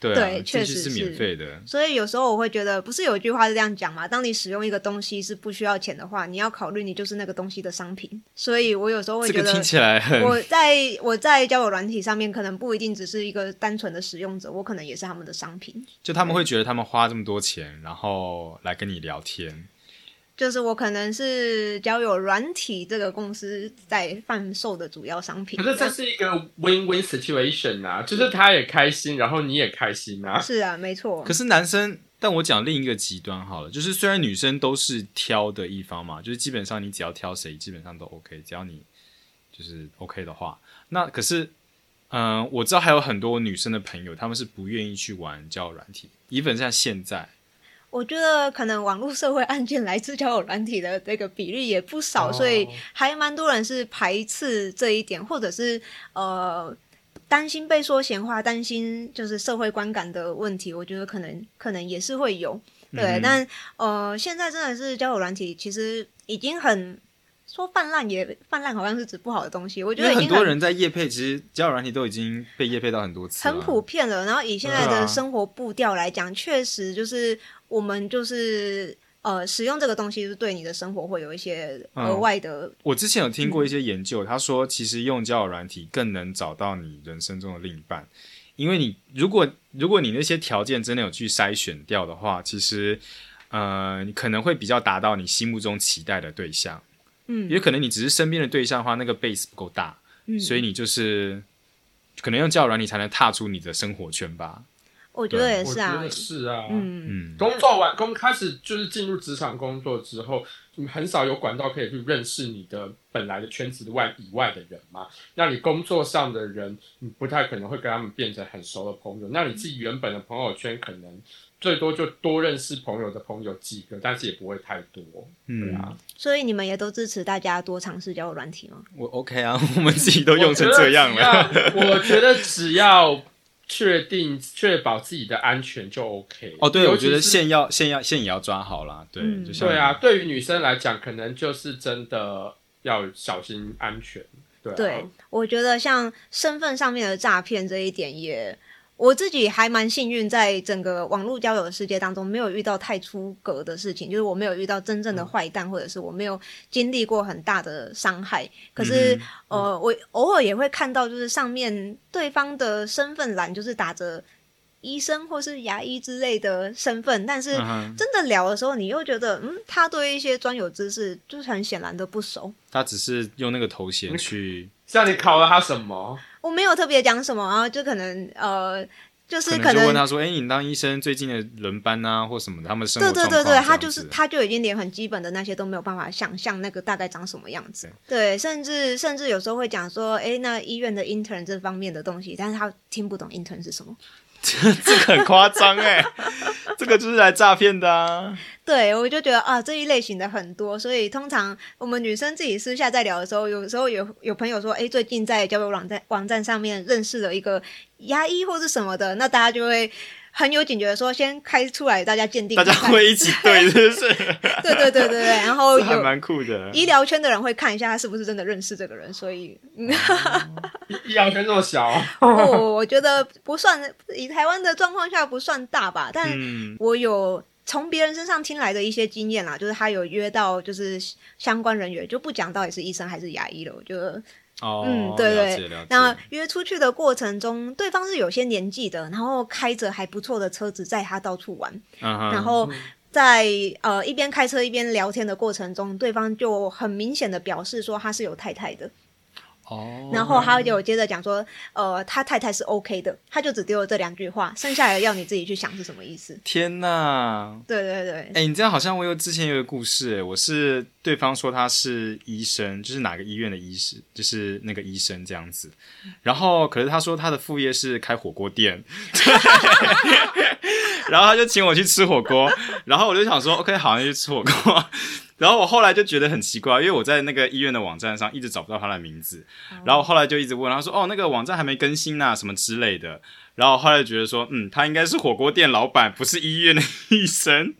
A: 对啊，
C: 对
A: 这
C: 确
A: 些
C: 实
A: 是免费的。
C: 所以有时候我会觉得，不是有一句话是这样讲嘛？当你使用一个东西是不需要钱的话，你要考虑你就是那个东西的商品。所以我有时候会
A: 这
C: 觉
A: 个
C: 得
A: 听，起来很
C: 我在我在交友软体上面，可能不一定只是一个单纯的使用者，我可能也是他们的商品。
A: 就他们会觉得他们花这么多钱，然后来跟你聊天。
C: 就是我可能是交友软体这个公司在贩售的主要商品。
B: 可是这是一个 win-win situation 啊，就是他也开心，然后你也开心啊。
C: 是啊，没错
A: 可。是男生，但我讲另一个极端好了，就是虽然女生都是挑的一方嘛，就是基本上你只要挑谁，基本上都 OK，只要你就是 OK 的话，那可是，嗯、我知道还有很多女生的朋友，他们是不愿意去玩交友软体，even 像现在，
C: 我觉得可能网络社会案件来自交友软体的这个比例也不少，
B: 哦
C: 所以还蛮多人是排斥这一点，或者是呃担心被说闲话，担心就是社会观感的问题。我觉得可能可能也是会有，对。
A: 嗯哼
C: 但呃，现在真的是交友软体，其实已经很说泛滥也泛滥，好像是指不好的东西。我觉
A: 因
C: 得
A: 为
C: 已经
A: 很多人在夜配，其实交友软体都已经被夜配到很多次了，啊
C: 很普遍了。然后以现在
A: 对啊
C: 的生活步调来讲，确实就是我们就是呃使用这个东西，就是对你的生活会有一些
A: 嗯
C: 额外的。
A: 我之前有听
B: 嗯
A: 过一些研究，他说其实用交友软体更能找到你人生中的另一半，因为你如果如果你那些条件真的有去筛选掉的话，其实呃你可能会比较达到你心目中期待的对象，
C: 嗯
A: 也可能你只是身边的对象的话，那个 base 不够大，
C: 嗯，
A: 所以你就是可能用交友软体才能踏出你的生活圈吧。
C: 我觉得也
B: 我
C: 是
B: 觉
C: 啊
B: 得，是啊。
C: 嗯，
A: 嗯，
B: 工作完工开始就是进入职场工作之后，你很少有管道可以去认识你的本来的圈子外以外的人嘛。那你工作上的人，你不太可能会跟他们变成很熟的朋友。那你自己原本的朋友圈可能最多就多认识朋友的朋友几个，但是也不会太多。
A: 嗯
B: 对啊，
C: 所以你们也都支持大家多尝试交友软体吗？
A: [laughs] 我 OK 啊， [laughs] 我们自己都用成这样了。
B: 啊我觉得只要。我觉得只要确定确保自己的安全就 OK。
A: 哦，对，我
B: 尤其
A: 觉得
B: 是
A: 线要线要线也要抓好啦。对，
C: 嗯
A: 就像
B: 对啊，对于女生来讲，可能就是真的要小心安全。对、啊、
C: 对，我觉得像身份上面的诈骗这一点也。我自己还蛮幸运，在整个网络交友的世界当中，没有遇到太出格的事情，就是我没有遇到真
A: 嗯
C: 正的坏蛋，或者是我没有经历过很大的伤害。可是，
A: 嗯
C: 呃，我偶尔也会看到，就是上面对方的身份栏就是打着医生或是牙医之类的身份，但是
A: 嗯哼
C: 真的聊的时候，你又觉得，嗯，他对一些专有知识就是很显然的不熟。
A: 他只是用那个头衔
C: 嗯
A: 去，
B: 像你考了他什么？
C: 我没有特别讲什么啊，就可能呃，就是
A: 可能就问他说：“哎、你当医生最近的轮班啊，或什么的，他们生活
C: 对对
A: 状
C: 对
A: 况
C: 对，
A: 这样
C: 他就是
A: 子 [laughs]
C: 他就已经连很基本的那些都没有办法想象那个大概长什么样子。对，甚至甚至有时候会讲说，哎，那医院的 intern 这方面的东西，但是他听不懂 intern 是什么。
A: 这个很夸张哎， [laughs] 这个就是来诈骗的啊！
C: 对，我就觉得啊，这一类型的很多，所以通常我们女生自己私下在聊的时候，有时候有有朋友说，哎，最近在交友网站网站上面认识了一个牙医或是什么的，那大家就会很有警觉，说先开出来，大家鉴定
A: 大
C: 看
A: 家
C: 看，
A: 会一起
C: [laughs]
A: 对，是不是？
C: 对对对对对，然后
A: 这 [laughs] 还
C: 有
A: 蛮酷的。
C: 医疗圈的人会看一下他是不是真的认识这个人，所以嗯，
B: 医疗圈这么小，啊
C: [laughs] 哦，我觉得不算，以台湾的状况下不算大吧，但
A: 嗯，
C: 我有从别人身上听来的一些经验啦，就是他有约到就是相关人员，就不讲到底是医生还是牙医了，我觉得。
A: 哦，
C: 嗯对
A: 了
C: 对
A: 解了解
C: 那约出去的过程中，对方是有些年纪的，然后开着还不错的车子载他到处玩，
A: 嗯哼
C: 然后在呃一边开车一边聊天的过程中，对方就很明显的表示说他是有太太的，
A: 哦，
C: 然后
B: 嗯
C: 他有接着讲说，呃，他太太是 OK 的，他就只丢了这两句话，剩下的要你自己去想是什么意思。
A: 天哪！
C: 对对对，
A: 哎、你这样好像我有之前有个故事、哎，我是对方说他是医生，就是哪个医院的医师，就是那个医生这样子。然后可是他说他的副业是开火锅店， [laughs] 对然后他就请我去吃火锅，然后我就想说 OK，好，那就吃火锅。 [laughs] 然后我后来就觉得很奇怪，因为我在那个医院的网站上一直找不到他的名字，然后我后来就一直问他说：“哦，那个网站还没更新啊呐、什么之类的。”然后我后来觉得说，嗯，他应该是火锅店老板，不是医院的 [laughs] 医生。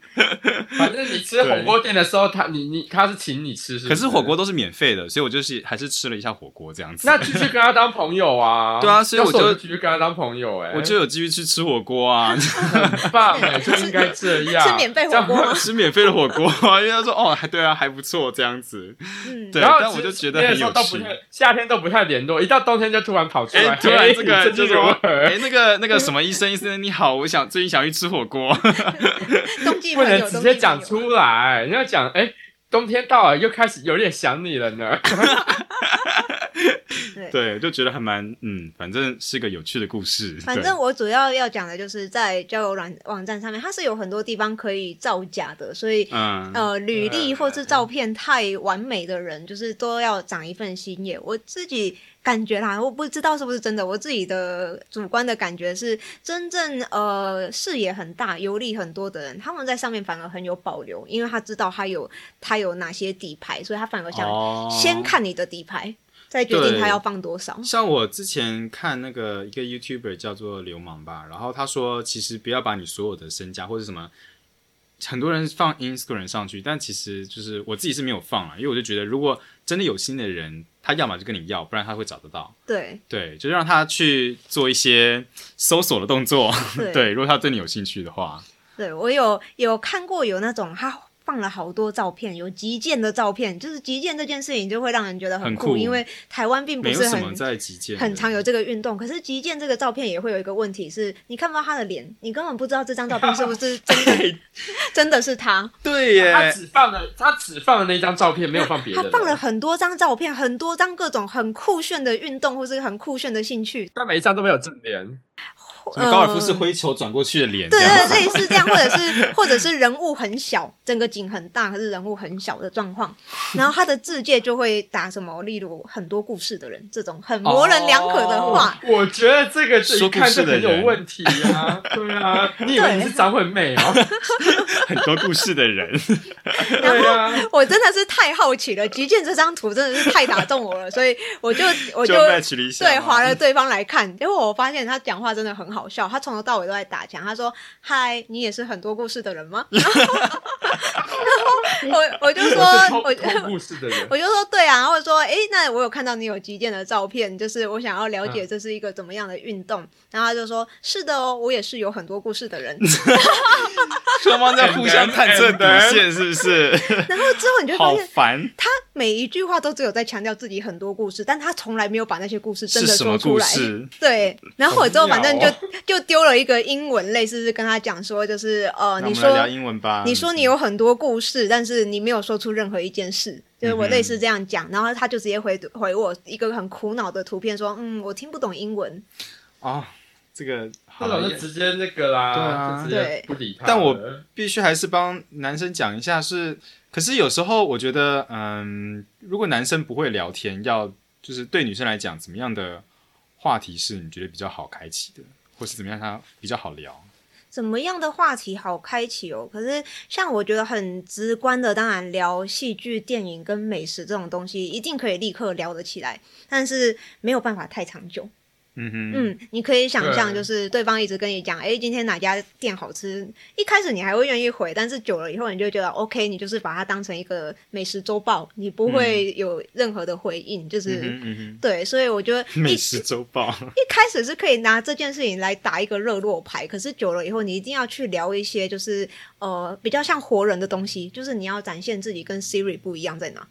B: 反正你吃火锅店的时候，他你你他是请你吃，是
A: 可
B: 不
A: 是火锅都是免费的，所以我就是还是吃了一下火锅这样子。
B: 那继续跟他当朋友啊。
A: [laughs] 对啊所以
B: 要
A: 我
B: 是我
A: 就
B: 继续跟他当朋友，哎，
A: 我就有继续去吃火锅啊，
B: [laughs] 很棒，
C: [laughs]
B: 哎，就应该这样，
C: 吃免费
B: 这
C: 火
B: 样
C: 锅
B: [laughs]
C: 吗？
A: 吃免费的火锅啊，因为他说哦，还对啊，还不错这样子。
C: 嗯，
A: 对，
B: 然后
A: 但
B: 其
A: 我
B: 实
A: 就觉得
B: 那个
A: 很
B: 时候
A: 有
B: 都
A: 趣
B: 不。太夏天都不太联络，一到冬天就突然跑出
A: 哎
B: 来。，
A: 突然
B: 嘿
A: 这个
B: 你
A: 就
B: 最近
A: 是
B: 如
A: 我，
B: 何？
A: 哎，那个那个什么医生医生你好，我想最近想去吃火
B: [laughs]
A: 锅。
C: 冬季
B: 不
C: 朋
B: 能
C: 友
B: 直
C: 冬季
B: 接
C: 朋
B: 讲
C: 友
B: 出来，你要讲哎。冬天到了，又开始有点想你了呢。
A: 对，就觉得还蛮嗯，反正是个有趣的故事。
C: 反正我主要要讲的就是在交友软网站上面，它是有很多地方可以造假的，所以
A: 对嗯，
C: 呃，履历或
A: 啊
C: 是照片太完美的人，就是都要长一份心眼。我自己感觉啦，我不知道是不是真的，我自己的主观的感觉是，真正呃视野很大、游历很多的人，他们在上面反而很有保留，因为他知道他有他有哪些底牌，所以他反而想
A: 哦
C: 先看你的底牌，再决定
A: 对
C: 他要放多少。
A: 像我之前看那个一个 YouTuber 叫做流氓吧，然后他说，其实不要把你所有的身家或者什么，很多人放 Instagram 上去，但其实就是我自己是没有放了，啊因为我就觉得如果真的有心的人，他要么就跟你要，不然他会找得到。
C: 对
A: 对，就让他去做一些搜索的动作。
C: 对
A: 对，如果他对你有兴趣的话，
C: 对，我有有看过有那种他放了好多照片，有极简的照片，就是极简这件事情就会让人觉得
A: 很
C: 酷，
A: 酷
C: 因为台湾并不
A: 没有
C: 是
A: 什么
C: 很
A: 在极限的，
C: 很常有这个运动。可是极简这个照片也会有一个问题是，你看不到他的脸，你根本不知道这张照片是不是真
A: [laughs]
C: 的真的是他。
A: 对耶，
C: 啊
B: 他只放了他只放了那张照片，没有放别
C: 他
B: 的了。
C: 放了很多张照片，很多张各种很酷炫的运动或是很酷炫的兴趣。
B: 但每一张都没有正脸。
A: 什么高尔
C: 呃
A: 夫是挥球转过去的脸，
C: 对
A: 这样
C: 对，
A: 子
C: 类似这样，或者是或者是人物很小，整个景很大，可是人物很小的状况，然后他的字界就会打什么，例如很多故事的人这种很模棱两可的
A: 哦
C: 话。
B: 哦我觉得这个这
A: 说故
B: 一看
A: 事
B: 就
A: 的
B: 很有
A: 人
B: 问题
A: [laughs]
B: 啊！对啊，你以为你是张惠妹哦？
A: 很多故事的人。
B: 对啊，
C: 我真的是太好奇了，极简这张图真的是太打动我了，所以我
A: [laughs]
C: 就我
A: 就
C: 就
A: match 了一下
C: 对
A: 嘛
C: 划了对方来看，结果我发现他讲话真的很好笑，他从头到尾都在打墙，他说：“嗨，你也是很多故事的人吗？” [laughs] 然后然后我我就说
B: 啊我是偷
C: 我
B: 偷故事的人。
C: 我就说对啊，然后说诶，那我有看到你有击剑的照片，就是我想要了解
A: 嗯
C: 这是一个怎么样的运动。然后他就说是的哦，我也是有很多故事
A: [laughs]
C: 的人。
A: 双方在互相探测底线，是不是？
C: 然后之后你就会
A: 好
C: 发现，
A: 烦，
C: 他每一句话都只有在强调自己很多故事，但他从来没有把那些故事真
A: 是
C: 的
A: 什么
C: 说出
A: 故
C: 来。
A: 事？哦
C: 对，然后我之后反正就、
B: 好
C: 就丢了一个英文，类似是跟他讲说，就是呃，
A: 那我们
C: 你
A: 来
C: 说
A: 聊英文吧。
C: 你啊说你有很多故事，但是你没有说出任何一件事，就是我类似这样讲，然后他就直接回回我一个很苦恼的图片，说，嗯，我听不懂英文，
A: 哦，这个好
B: 那种
A: 了
B: 就，直接那个啦，
A: 对啊
B: 就直接不理他了。
A: 但我必须还是帮男生讲一下是。可是有时候我觉得，嗯，如果男生不会聊天，要就是对女生来讲，怎么样的话题是你觉得比较好开启的？或是怎么样，它比较好聊。
C: 怎么样的话题好开启哦？可是像我觉得很直观的，当然聊戏剧、电影跟美食这种东西，一定可以立刻聊得起来，但是没有办法太长久。
A: 嗯哼，
C: 嗯，你可以想象，
B: 对
C: 就是对方一直跟你讲，哎，今天哪家店好吃，一开始你还会愿意回，但是久了以后，你就觉得 OK，你就是把它当成一个美食周报，你不会有任何的回应，就是、
A: 嗯哼嗯
C: 对，所以我觉得
A: 哼，美
C: 一
A: 食周报，
C: 一开始是可以拿这件事情来打一个热络牌，可是久了以后，你一定要去聊一些就是呃比较像活人的东西，就是你要展现自己跟 Siri 不一样在哪。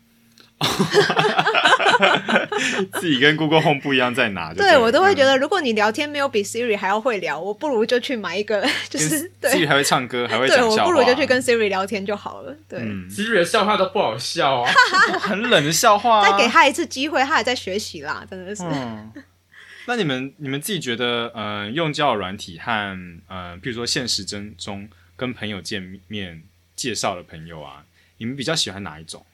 A: 自己跟 Google Home 不一样嗯在哪？就
C: 对我都会觉
A: 得
C: 得，如果你聊天没有比 Siri 还要会聊，我不如就去买一个， [laughs] 就是
A: 自己
C: 对
A: 还会唱歌，还会
C: 对，
A: 讲
C: 我
A: 笑话，
C: 不如就去跟 Siri 聊天就好了。对，
A: 嗯，
B: Siri 的笑话都不好笑啊，
A: 很冷的笑话、啊，
C: [laughs] 再给他一次机会，他还在学习啦，真的是。
A: 嗯，那你们你们自己觉得，呃，用交友软体和呃，比如说现实真中跟朋友见面介绍的朋友啊，你们比较喜欢哪一种？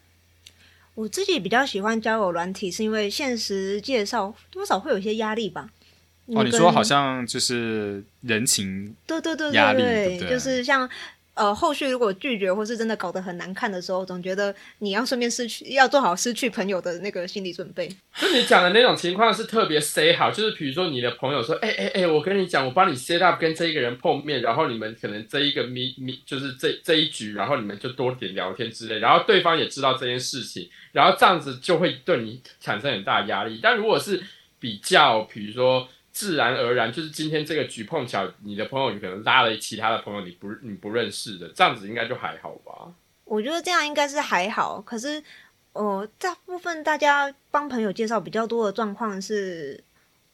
C: 我自己比较喜欢交友软体，是因为现实介绍多少会有一些压力吧。
A: 哦，你
C: 跟
A: 说好像就是人情，
C: 对对对
A: 压
C: 对
A: 力对不对
C: 就是像呃，后续如果拒绝或是真的搞得很难看的时候，总觉得你要顺便失去，要做好失去朋友的那个心理准备。
B: 就你讲的那种情况是特别 say 好，就是比如说你的朋友说，哎哎哎，我跟你讲，我帮你 set up 跟这一个人碰面，然后你们可能这一个 me me 就是这这一局，然后你们就多点聊天之类，然后对方也知道这件事情，然后这样子就会对你产生很大的压力。但如果是比较，比如说自然而然，就是今天这个局碰巧你的朋友可能拉了其他的朋友，你不你不认识的，这样子应该就还好吧。
C: 我觉得这样应该是还好，可是呃，大部分大家帮朋友介绍比较多的状况是。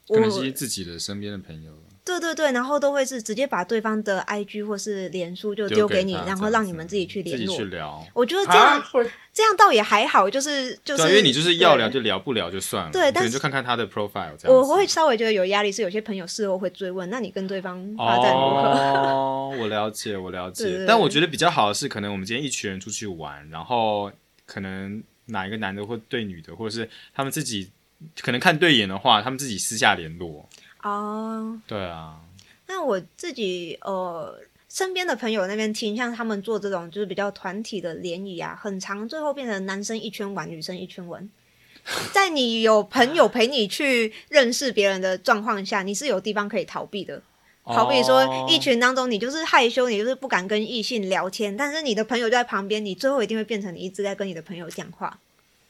C: 我
A: 可能是自己的身边的朋友。
C: 对对对，然后都会是直接把对方的 IG 或是脸书就丢给你，
A: 他
C: 然
A: 这
C: 后
A: 样
C: 让
A: 子
C: 你们自己去
A: 自
C: 联
A: 己
C: 络
A: 去。聊。
C: 我觉得这样、
B: 啊会
C: 这样倒也还好，就是
A: 对
C: 就是
A: 啊，因为你就是要聊
C: 对
A: 就聊，不聊就算了。
C: 对
A: 你可
C: 但
A: 能
C: 是
A: 就看看他的 profile 这样子。
C: 我会稍微觉得有压力，是有些朋友事后会追问，那你跟对方发展如何？
A: 哦，我了解，我了
C: 对
A: 解
C: 对。
A: 但
C: 对
A: 我觉得比较好的是，可能我们今天一群人出去玩，然后可能哪一个男的或对女的，或者是他们自己可能看对眼的话，他们自己私下联络。
C: 哦，
A: 对啊，
C: 那我自己呃身边的朋友那边听，像他们做这种就是比较团体的联谊啊，很长，最后变成男生一圈玩，女生一圈玩。在你有朋友陪你去认识别人的状况下，你是有地方可以逃避的。好比
A: 哦
C: 说，一群当中你就是害羞，你就是不敢跟异性聊天，但是你的朋友就在旁边，你最后一定会变成你一直在跟你的朋友讲话。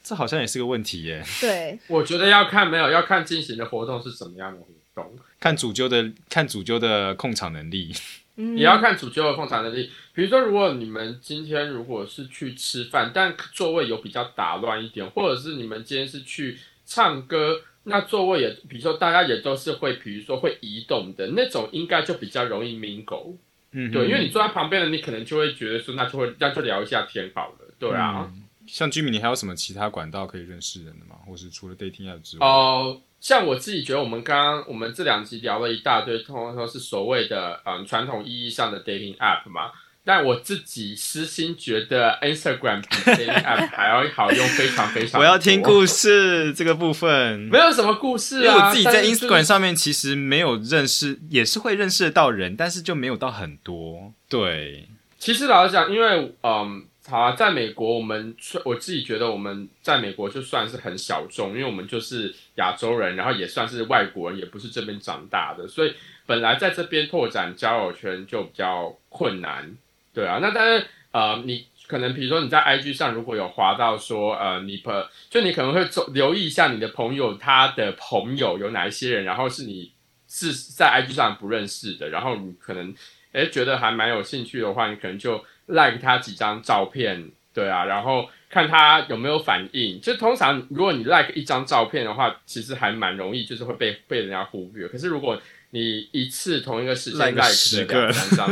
A: 这好像也是个问题耶。
C: 对，
B: 我觉得要看没有，要看进行的活动是怎么样的活动。
A: 看主揪的，看主揪的控场能力。
C: 嗯，
B: 也要看主角的控场能力。比如说，如果你们今天如果是去吃饭，但座位有比较打乱一点，或者是你们今天是去唱歌，那座位也，比如说大家也都是会，比如说会移动的那种，应该就比较容易 mingle。
A: 嗯哼，
B: 对，因为你坐在旁边的，你可能就会觉得说，那就会那就聊一下天好了。对啊。
A: 嗯像居民，你还有什么其他管道可以认识人的吗？或是除了 dating app 之外？
B: 哦、像我自己觉得，我们刚刚我们这两集聊了一大堆，通通都是所谓的嗯传统意义上的 dating app 嘛。但我自己私心觉得 Instagram 比 dating app 还要好用，非常非
A: [laughs]
B: 常。
A: 我要听，故事这个部分。
B: 没有什么故事
A: 因为
B: 啊。
A: 我自己在
B: 但是就是
A: Instagram 上面其实没有认识，也是会认识得到人，但是就没有到很多。对，
B: 其实老实讲，因为嗯，好啊，在美国，我们我自己觉得我们在美国就算是很小众，因为我们就是亚洲人，然后也算是外国人，也不是这边长大的，所以本来在这边拓展交友圈就比较困难，对啊。那但是呃，你可能比如说你在 IG 上如果有滑到说呃，你朋就你可能会走留意一下你的朋友他的朋友有哪一些人，然后是你是在 IG 上不认识的，然后你可能哎觉得还蛮有兴趣的话，你可能就 like 他几张照片，对啊，然后看他有没有反应。就通常如果你 like 一张照片的话，其实还蛮容易，就是会被被人家忽略。可是如果你一次同一个时间
A: like
B: like
A: 10个
B: 两三张，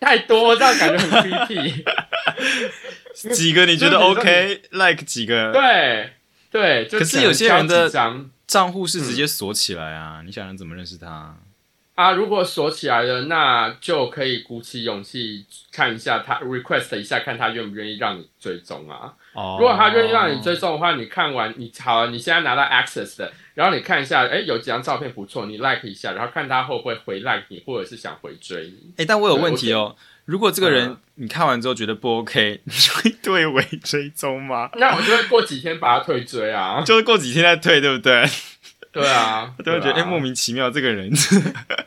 B: 太多，这样感觉很 creepy。
A: 几个你觉得
B: 就比如说
A: OK like 几个
B: 对对，就
A: 可是有些人的
B: 只能挑几张
A: 账户是直接锁起来啊？你想怎么认识他？
B: 啊，如果锁起来了，那就可以鼓起勇气看一下他 request 一下，看他愿不愿意让你追踪啊。
A: 哦
B: 如果他愿意让你追，踪的话，你看完你好，你现在拿到 access 的，然后你看一下，哎，有几张照片不错，你 like 一下，然后看他会不会回 like 你，或者是想回追你。
A: 哎、但我有
B: 对
A: 问
B: 我
A: 题
B: 觉
A: 哦。如果这个人
B: 嗯
A: 你看完之后觉得不 OK，你 [laughs] 会对尾追踪吗？
B: 那我就会过几天把他退追
A: [laughs]
B: 啊。
A: 就是过几天再退，对不对？
B: 对啊，
A: 都会觉得哎、
B: 对
A: 诶
B: 啊
A: 莫。名其妙这个人。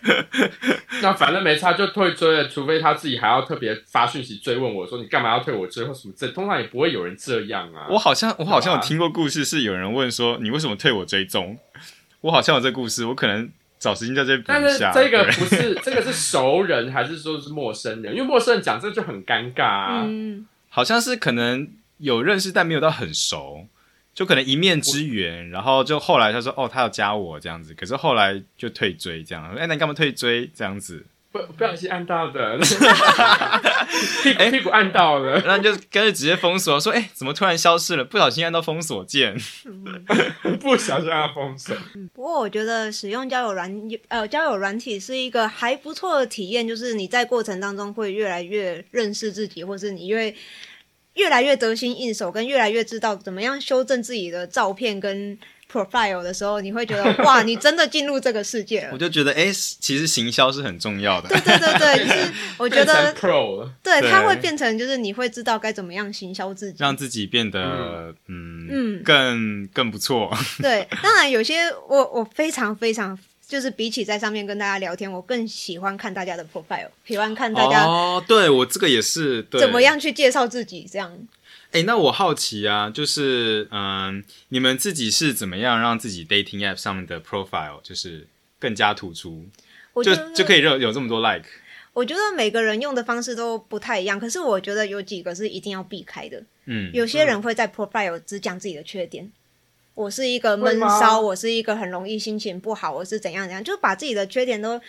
B: [laughs] 那反正没差，就退追了，除非他自己还要特别发讯息追问我说你干嘛要退我追或什么这，通常也不会有人这样啊。
A: 我好像我好像有
B: 对啊
A: 听过故事，是有人问说你为什么退我追踪？ [laughs] 我好像有这故事，我可能找时间在这补
B: 但
A: 一
B: 是
A: 下。
B: 这个
A: 对
B: 不
C: [laughs]
B: 是这个是熟人还是说是陌生人？因为陌生人讲这就很尴尬啊。
C: 嗯，
A: 好像是可能有认识，但没有到很熟，就可能一面之缘，然后就后来他说哦，他要加我这样子，可是后来就退追这样，哎、那你干嘛退追这样子？
B: 不不小心按到
C: [laughs]
B: 的，屁股屁股按到了。
A: 那你就干脆直接封锁，说哎、怎么突然消失了？不小心按到封锁
B: [laughs]
A: 键，
B: 不小心按封锁。
C: 不过我觉得使用交友软呃交友软体是一个还不错的体验，就是你在过程当中会越来越认识自己，或是你越越来越得心应手，跟越来越知道怎么样修正自己的照片跟 profile 的时候，你会觉得哇，你真的进入这个世界
A: 我
C: 了。
A: 就觉得哎、其实行销是很重要
B: [laughs]
A: 的
C: 对。对对对，就是我觉得
B: 变成 Pro 了，
C: 对
A: 对
C: 它会变成就是你会知道该怎么样行销自己，
A: 让自己变得嗯
C: 嗯
A: 更更不错，
C: 对，当然有些我我非常非常就是比起在上面跟大家聊天，我更喜欢看大家的 profile，喜欢看大家
A: 哦，对我这个也是对
C: 怎么？样去介绍自己，这样。
A: 哎，那我好奇啊，就是嗯，你们自己是怎么样让自己 dating app 上面的 profile 就是更加突出，
C: 我
A: 就
C: 觉得
A: 就可以有有这么多 like
C: 我觉得每个人用的方式都不太一样，可是我觉得有几个是一定要避开的。
A: 嗯。
C: 有些人会在 profile 只讲自己的缺点，我是一个闷
B: 会吗
C: 骚，我是一个很容易心情不好，我是怎样怎样，就把自己的缺点都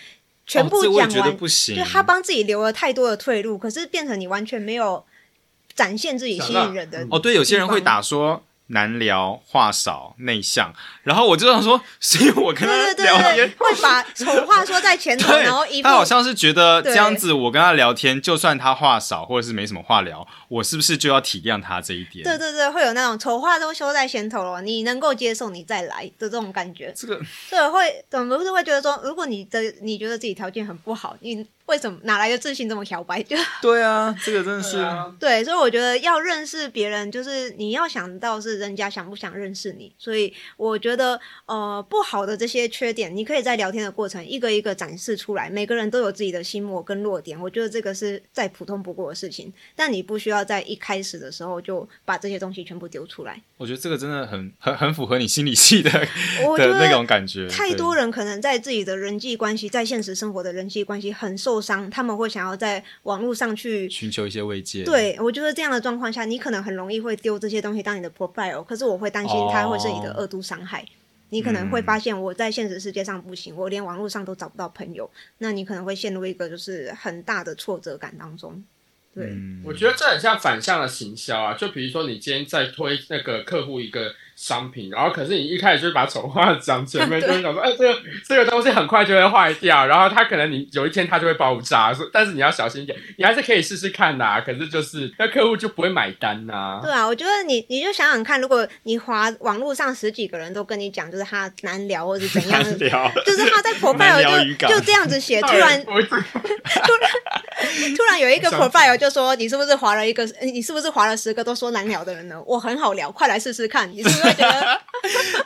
C: 全
A: 哦
C: 部
A: 这我也
C: 讲
A: 觉得
C: 完，
A: 不行，
C: 就他帮自己留了太多的退路，可是变成你完全没有展现自己吸引人的
A: 哦，对，有些人会
C: 地方
A: 打说难聊、话少、内向，然后我就想说，所以我跟他
C: 对对对
A: 聊
C: 对
A: 天
C: 对，，会把丑话说在前头，
A: 对，
C: 然后一副
A: 他好像是觉得
C: 对
A: 这样子，我跟他聊天，就算他话少或者是没什么话聊，我是不是就要体谅他这一点？
C: 对对对，会有那种丑话都说在前头了，你能够接受你再来的这种感觉，
A: 这个
C: 所以会总不是会觉得说，如果你的你觉得自己条件很不好，你为什么哪来的自信这么小白？就
A: 对啊，这个真的是，
C: 对，所以我觉得要认识别人，就是你要想到是人家想不想认识你。所以我觉得，呃，不好的这些缺点，你可以在聊天的过程一个一个展示出来。每个人都有自己的心魔跟弱点，我觉得这个是再普通不过的事情。但你不需要在一开始的时候就把这些东西全部丢出来。
A: 我觉得这个真的很很很符合你心理系的 [laughs]
C: 我觉
A: 的那
C: 得
A: 种感觉，
C: 太多
A: 了。
C: 人可能在自己的人际关系，在现实生活的人际关系很受伤，他们会想要在网络上去
A: 寻求一些慰藉，，
C: 对，我觉得这样的状况下，你可能很容易会丢这些东西当你的 profile，可是我会担心它会是你的
A: 哦嗯
C: 恶度伤害。你可能会发现我在现实世界上不行，我连网络上都找不到朋友，那你可能会陷入一个就是很大的挫折感当中。对，
A: 嗯
B: 我觉得这很像反向的行销啊。就比如说，你今天在推那个客户一个商品，然后可是你一开始就把丑话讲前
C: [laughs]
B: 面，就是想说，哎，这个这个东西很快就会坏掉，然后它可能你有一天它就会爆炸，所以但是你要小心一点，你还是可以试试看的、啊。可是就是那客户就不会买单呐、
C: 对啊，我觉得你你就想想看，如果你划网络上十几个人都跟你讲，就是他难聊或是怎样
A: [laughs]
C: 的，
A: 难聊，
C: 就是他在
A: 难聊哎
C: profile
A: 语
C: 就
A: 感
C: 就这样
A: [laughs]
C: 子写，
B: 到
C: 突
B: 底
C: 然
B: 我这
C: [laughs] 突然有一个
B: 想起
C: profile 就说你是不是划了一个，呃你是不是划了十个都说难聊的人呢？我很好聊，快来试试看，你是不是会
A: [laughs]
C: 觉得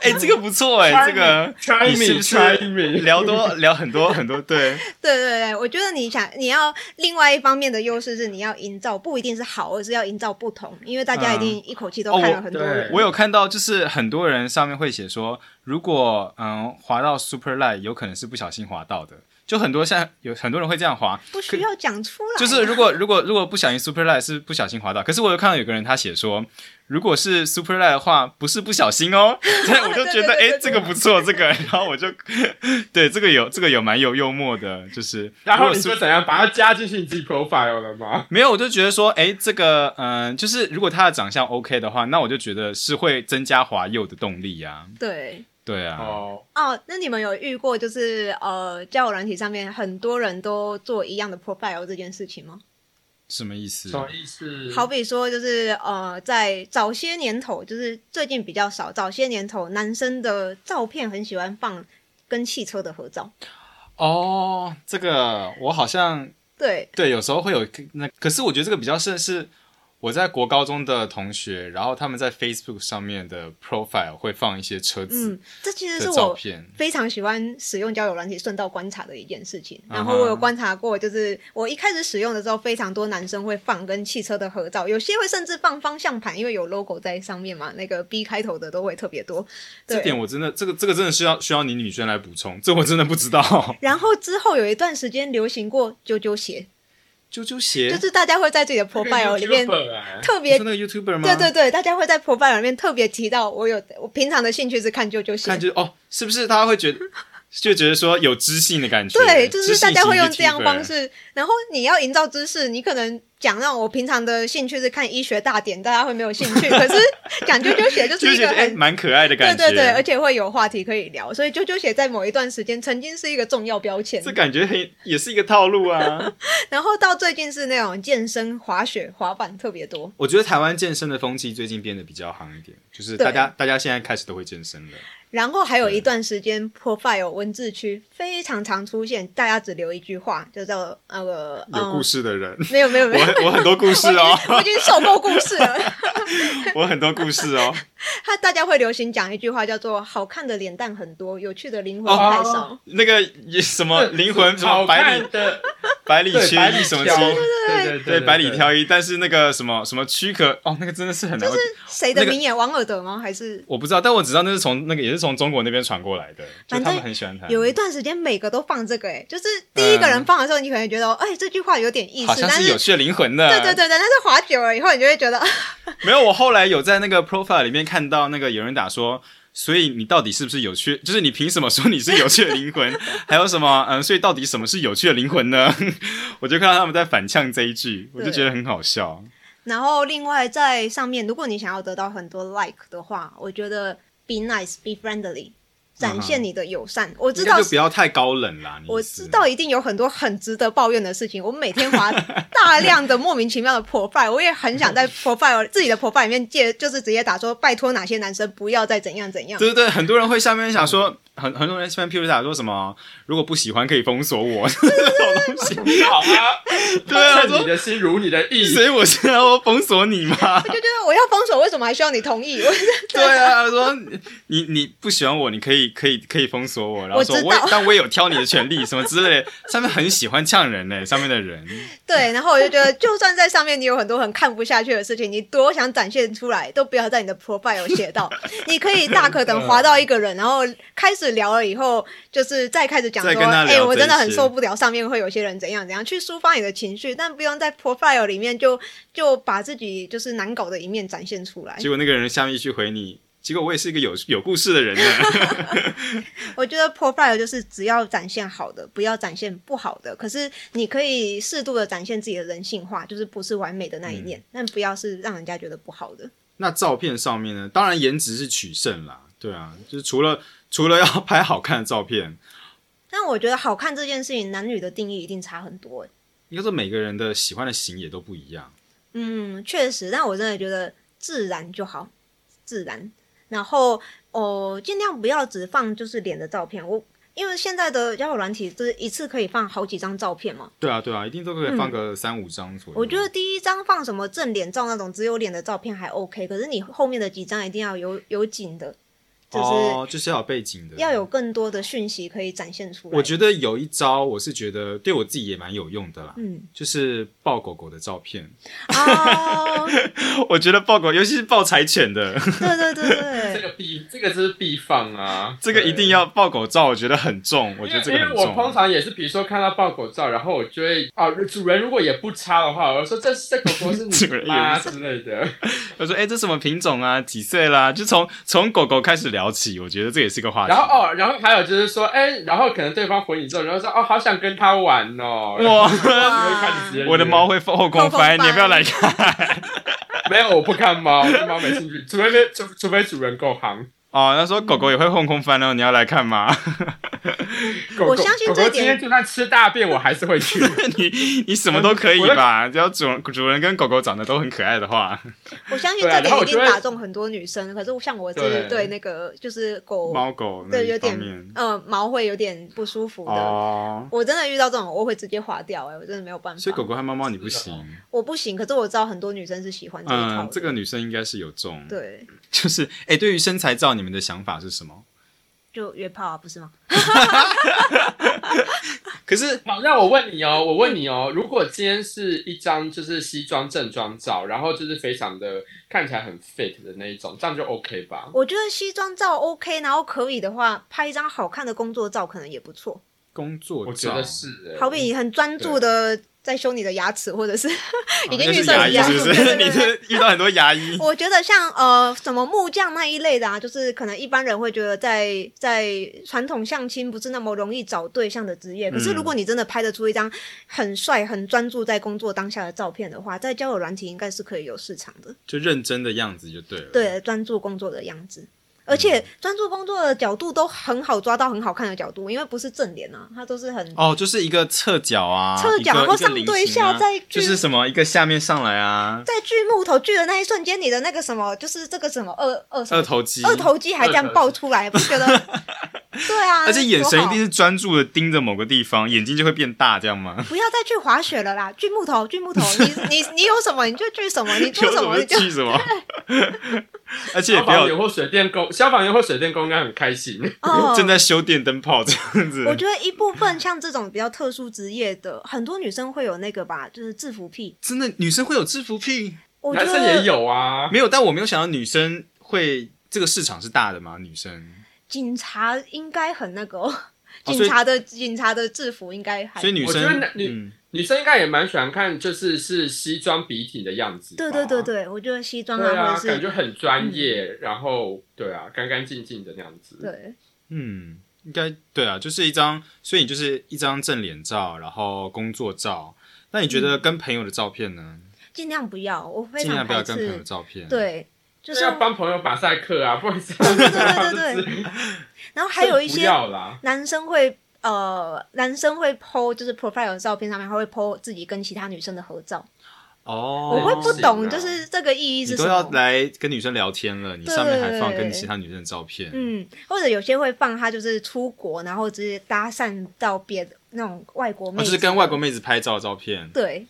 A: 哎，这个不错哎，
B: Try
A: 这个
B: me, try
A: 你是
B: me,
A: 不
B: try
A: 是
B: me
A: 聊多聊很多很多？对，
C: 对对对？我觉得你想你要另外一方面的优势是你要营造不一定是好，而是要营造不同，因为大家一定一口气都
A: 哦
C: 看
A: 我
C: 了很多
B: 对
C: 人。
A: 我有看到，就是很多人上面会写说，如果嗯滑到 Super Light，有可能是不小心滑到的。就很多现在有很多人会这样滑，
C: 不需要讲出
A: [laughs]
C: 来，
A: 就是如果如果如果不小心 Super Light 是不小心滑到，可是我有看到有个人他写说，如果是 Super Light 的话，不是不小心哦。 [laughs] 所以我就觉得，
C: 对对对
A: 哎、
C: 对
A: 这个不错，这个，然后我就对这个有这个有蛮有幽默的，就是
B: 然
A: 如
B: 后
A: 果
B: 你
A: Super-
B: 就怎样把它加进去你自己 profile 了吗？
A: 没有，我就觉得说，哎、这个，嗯、就是如果他的长相 OK 的话，那我就觉得是会增加滑右的动力呀、
C: 对。
A: 对啊，
B: 哦。
C: 哦，那你们有遇过就是呃，交友软体上面很多人都做一样的 profile 这件事情吗？
A: 什么意思？啊
B: 什么意思？
C: 好比说，就是呃，在早些年头，就是最近比较少，早些年头男生的照片很喜欢放跟汽车的合照，
A: 哦，这个我好像
C: 对，
A: 对，有时候会有那，可是我觉得这个比较甚是我在国高中的同学，然后他们在 Facebook 上面的 profile 会放一些车子
C: 嗯，这其实是
A: 的照
C: 我
A: 片，
C: 非常喜欢使用交友软体，顺道观察的一件事情。
A: 嗯哼
C: 然后我有观察过，就是我一开始使用的时候，非常多男生会放跟汽车的合照，有些会甚至放方向盘，因为有 logo 在上面嘛，那个 B 开头的都会特别多。
A: 这
C: 对。
A: 点我真的这个这个真的是要需要你女生来补充，这我真的不知道。
C: 然后之后有一段时间流行过啾啾鞋，
A: 啾啾鞋，
C: 就是大家会在自己
A: [laughs]
C: 的 profile 里面
B: YouTuber 啊
C: [laughs] 特
A: 你
C: 别
A: 说那个 YouTuber 吗？
C: 对对对，大家会在 profile 里面特别提到我有我平常的兴趣是看啾啾
A: 看
C: 鞋，
A: 就是哦，是不是大家会觉得就觉得说有知性的感觉？
C: 对，就是
A: 知性
C: 大家会用
A: 型
C: 这样
A: YouTuber
C: 方。式。然后你要营造知识，你可能讲让我平常的兴趣是看医学大典，大家会没有兴
A: [laughs]
C: 趣。可是讲啾啾鞋就
A: 就是
C: 一
A: 觉
C: 个
A: 得哎，
C: 很。
A: 蛮、可爱的
C: 对
A: 感觉。
C: 对对，而且会有话题可以聊，所以啾啾鞋在某一段时间曾经是一个重要标签
A: 这，感觉很也是一个套路
C: [laughs]
A: 啊。
C: 然后到最近是那种健身、滑雪、滑板特别多。
A: 我觉得台湾健身的风气最近变得比较行一点，就是
C: 对
A: 大家大家现在开始都会健身了。
C: 然后还有一段时间，profile 文字区非常常出现，大家只留一句话，就叫做那个
A: 有故
C: 嗯，
A: 事的人， [laughs]
C: 没有没有没有，
A: 我我很多故事
C: [laughs]
A: 哦，
C: 我已经受够故事了。 [laughs]
A: 我很多故事哦。
C: 他大家会流行讲一句话，叫做“好看的脸蛋很多，有趣的灵魂
B: 哦
C: 太少
A: 那个也什么哦灵魂什么
B: 好
A: 百里
B: 看的，
A: 百里
B: 对
A: 缺
B: 百
A: 一
B: 里
A: 什么
B: 挑
A: 缺，
B: 对对
A: 对百里挑一，但是那个什么什么躯壳哦，那个真的是很难。”。
C: 谁的名言？王尔德吗？还是
A: 我不知道，但我只知道那是从那个也是从中国那边传过来的，就
C: 反正
A: 他们很喜欢他。
C: 有一段时间每个都放这个、欸？哎，就是第一个人放的时候，你可能觉得，哎、这句话有点意
A: 嗯好
C: 思，
A: 像
C: 但
A: 是有趣的灵魂的，啊
C: 对对对对，但是滑久了以后，你就会觉得，
A: [laughs] 没有，我后来有在那个 profile 里面看到那个有人打说，所以你到底是不是有趣？就是你凭什么说你是有趣的灵魂？ [laughs] 还有什么？嗯，所以到底什么是有趣的灵魂呢？ [laughs] 我就看到他们在反呛这一句，我就觉得很好笑。
C: 然后另外在上面，如果你想要得到很多 like 的话，我觉得 be nice, be friendly，展现你的友善。我知
A: 应
C: 道
A: 该就不要太高冷啦。你意思
C: 我知道一定有很多很值得抱怨的事情。我每天划大量的莫名其妙的 profile，我也很
A: [laughs]
C: 想在 profile 自己的 profile 里面借，就是直接打说拜托哪些男生不要再怎样怎样。
A: 对对对，很多人会下面想说，很很多人下面譬如打说什么，如果不喜欢可以封锁我 [laughs] 这种东西。
B: 好啊，
A: [laughs] 对啊，我
B: 趁你
A: 说，
B: 的心如你的意
A: 所，以我现在要封锁你吗？
C: 就觉得我要封手，为什么还需要你同意？我 [laughs]
A: 对啊，我说你你你不喜欢我，你可以可以可以封锁我，然后
C: 我
A: 说
C: 知道
A: 我也但我也有挑你的权利什么之类的。 [laughs] 上面很喜欢呛人呢、上面的人 [laughs]
C: 对，然后我就觉得，就算在上面你有很多很看不下去的事情，你多想展现出来，都不要在你的 profile 有写
A: [laughs]
C: 到。你可以大可等滑到一个人，然后开始聊了以后，就是再开始讲
A: 再
C: 说，
A: 跟他
C: 哎、
A: 聊
C: 我
A: 这
C: 真的很
A: 些
C: 受不了上面会有些人怎样怎样，去抒发你的情绪，但不用在 profile 里面就就把自己就是难搞的一面展现出来。
A: 结果那个人下面一句回你，结果我也是一个有有故事的人呢。 [laughs]
C: 我觉得 profile 就是只要展现好的，不要展现不好的。可是你可以适度的展现自己的人性化，就是不是完美的那一
A: 嗯
C: 面，但不要是让人家觉得不好的。
A: 那照片上面呢？当然颜值是取胜啦，对啊，就是除了除了要拍好看的照片，
C: 但我觉得好看这件事情，男女的定义一定差很多欸。
A: 应该说每个人的喜欢的型也都不一样。
C: 嗯，确实，但我真的觉得自然就好，自然。然后哦，尽量不要只放就是脸的照片。我因为现在的交友软体就是一次可以放好几张照片嘛，
A: 对啊，对啊，一定都可以放个三五张左右。
C: 嗯我觉得第一张放什么正脸照那种只有脸的照片还 OK，可是你后面的几张一定要有有景的，就是
A: 哦，就是要有背景的，
C: 要有更多的讯息可以展现出来。
A: 我觉得有一招，我是觉得对我自己也蛮有用的啦，
C: 嗯，
A: 就是抱狗狗的照片。
C: 哦，
A: [laughs] 我觉得抱狗，尤其是抱柴犬的， [laughs]
C: 对对对
B: 这
C: 对，
B: 个必这个就是必放啊，
A: 这个一定
B: 对。
A: 要抱狗照，我觉得很重，我觉得这个
B: 因为
A: 很
B: 因为我通
A: 重。啊
B: 常也是，比如说看到抱狗照，然后我就会啊，主人如果也不插的话，我就说这这狗狗是
A: 主
B: 你
A: 人
B: 妈
A: 也
B: 之
A: [laughs]
B: 类的。
A: 我说，哎、这什么品种啊？几岁啦？就从从狗狗开始聊起，我觉得这也是个话题。
B: 然后哦，然后还有就是说，哎，然后可能对方回你之后，然后说哦，好想跟他玩哦。然后
A: 哇，
B: 就会开始直接
A: 我的猫会后空
C: 后空
A: 翻，
C: 翻
A: 你不要来看。
B: 没有，我不看猫，对猫没兴趣，除非除除非主人够行。
A: 哦，他说狗狗也会后空翻哦，你要来看吗？ [laughs]
B: 狗
C: 我相信
B: 狗
C: 这
B: 狗
C: 点
B: 今天就算吃大便，我还是会去。
A: 你你什么都可以吧？只要主主人跟狗狗长得都很可爱的话，
C: 我相信
B: 对啊
C: 这
B: 然后我
C: 点一
B: 就
C: 定
B: 会
C: 打中很多女生。可是像我
B: 对
C: 是对那个就是狗，
A: 猫狗那
C: 哦对有
A: 一方
C: 点
A: 面
C: 呃毛会有点不舒服的。
A: 哦，
C: 我真的遇到这种，我会直接划掉、哎，我真的没有办法。
A: 所以狗狗和猫猫你不行。
C: 我不行，可是我知道很多女生是喜欢这一套的。
A: 嗯，这个女生应该是有中。，
C: 对，
A: 就是哎、对于身材照，你们的想法是什么？
C: 就约炮啊，不是吗？
A: 可是
B: 好，那我问你哦，我问你哦，如果今天是一张就是西装正装照，然后就是非常的看起来很 fit 的那一种，这样就 OK 吧？
C: 我觉得西装照 OK，然后可以的话，拍一张好看的工作照可能也不错。
A: 工作照，
B: 我觉得是、欸，
C: 好比你很专注的在修你的牙齿，或者是已经
A: 那
C: 预
A: 是
C: 算
A: 牙
C: 一
A: 医
C: 样
A: 是不
C: 对对
A: 是？
C: 对对
A: 你是遇到很多牙
C: [laughs]
A: [laughs] 医，
C: 我觉得像呃什么木匠那一类的啊，就是可能一般人会觉得在在传统相亲不是那么容易找对象的职业，可是
A: 嗯
C: 如果你真的拍得出一张很帅、很专注在工作当下的照片的话，在交友软体应该是可以有市场的。
A: 就认真的样子就对了。，
C: 对，专注工作的样子。而
A: 嗯
C: 且专注工作的角度都很好抓到很好看的角度，因为不是正脸啊，它都是很
A: 哦，就是一个侧角啊，
C: 侧角
A: 一个
C: 或
A: 一个
C: 上
A: 菱
C: 对
A: 形啊
C: 下再去
A: 就是什么一个下面上来啊，
C: 在锯木头锯的那一瞬间，你的那个什么就是这个什么二二什
A: 二
C: 么
A: 头肌，
C: 二头肌还这样爆出来，不觉得？对啊，
A: [laughs] 而且眼神一定
C: 多好
A: 是专注的盯着某个地方，眼睛就会变大，这样吗？ [laughs]
C: 不要再去滑雪了啦！锯木头，锯木头，你你你有什么你就锯什么，你
A: [laughs]
C: 做
A: 有
C: 什
A: 什
C: 么
A: 么
C: 你就
A: 记什么？ [laughs] 而且也
B: 消
A: 不
B: 防
A: 要
B: 员或水电工，消防员或水电工应该很开心。
C: 哦。
A: 正在修电灯泡这样子。
C: 我觉得一部分像这种比较特殊职业的，很多女生会有那个吧，就是制服癖。
A: 真的女生会有制服癖？
C: 我觉
B: 男
C: 得
B: 生也有啊，
A: [laughs] 没有，但我没有想到女生会这个市场是大的嘛？女生，
C: 警察应该很那个、 [laughs] 哦，
A: 哦
C: 警察的、警察的制服应该还
A: 所以女
B: 我觉
A: 生
B: 得男女
A: 嗯，
B: 女生应该也蛮喜欢看，就是是西装笔挺的样子吧。
C: 对对
A: 哦
C: 对对，我觉得西装
B: 对啊，
C: 或者
B: 感
C: 是嗯
B: 觉很专业，然后对啊，干干净净的那样子。
C: 对
A: 嗯，应该对啊，就是一张，所以你就是一张正脸照，然后工作照。那你觉得跟朋友的照片呢？
C: 尽量不要，我非
A: 尽量
C: 常
A: 不要
C: 排
A: 跟朋友的
C: 斥。
A: 照片。，
C: 对，就
B: 就是
A: 啊
B: 要帮朋友把赛克啊，不然这
C: 对
B: 样
C: 对对
A: [laughs]
C: 对对。然后还有一
B: 不
C: 些
B: 要啦。
C: 男生会呃，男生会 PO 就是 profile 的照片上面，他会 PO 自己跟其他女生的合照。
A: 哦，
C: 我会不
B: 是啊
C: 懂，就是这个意义
A: 你
C: 是
A: 都
C: 什
A: 要
C: 么。
A: 来跟女生聊天了，你上面还放跟其他女生的照片。
C: 嗯，或者有些会放他就是出国，然后直接搭讪到别的那种外国
A: 哦，
C: 妹
A: 就
C: 子，
A: 是跟外国妹子拍照的照片，
C: 对，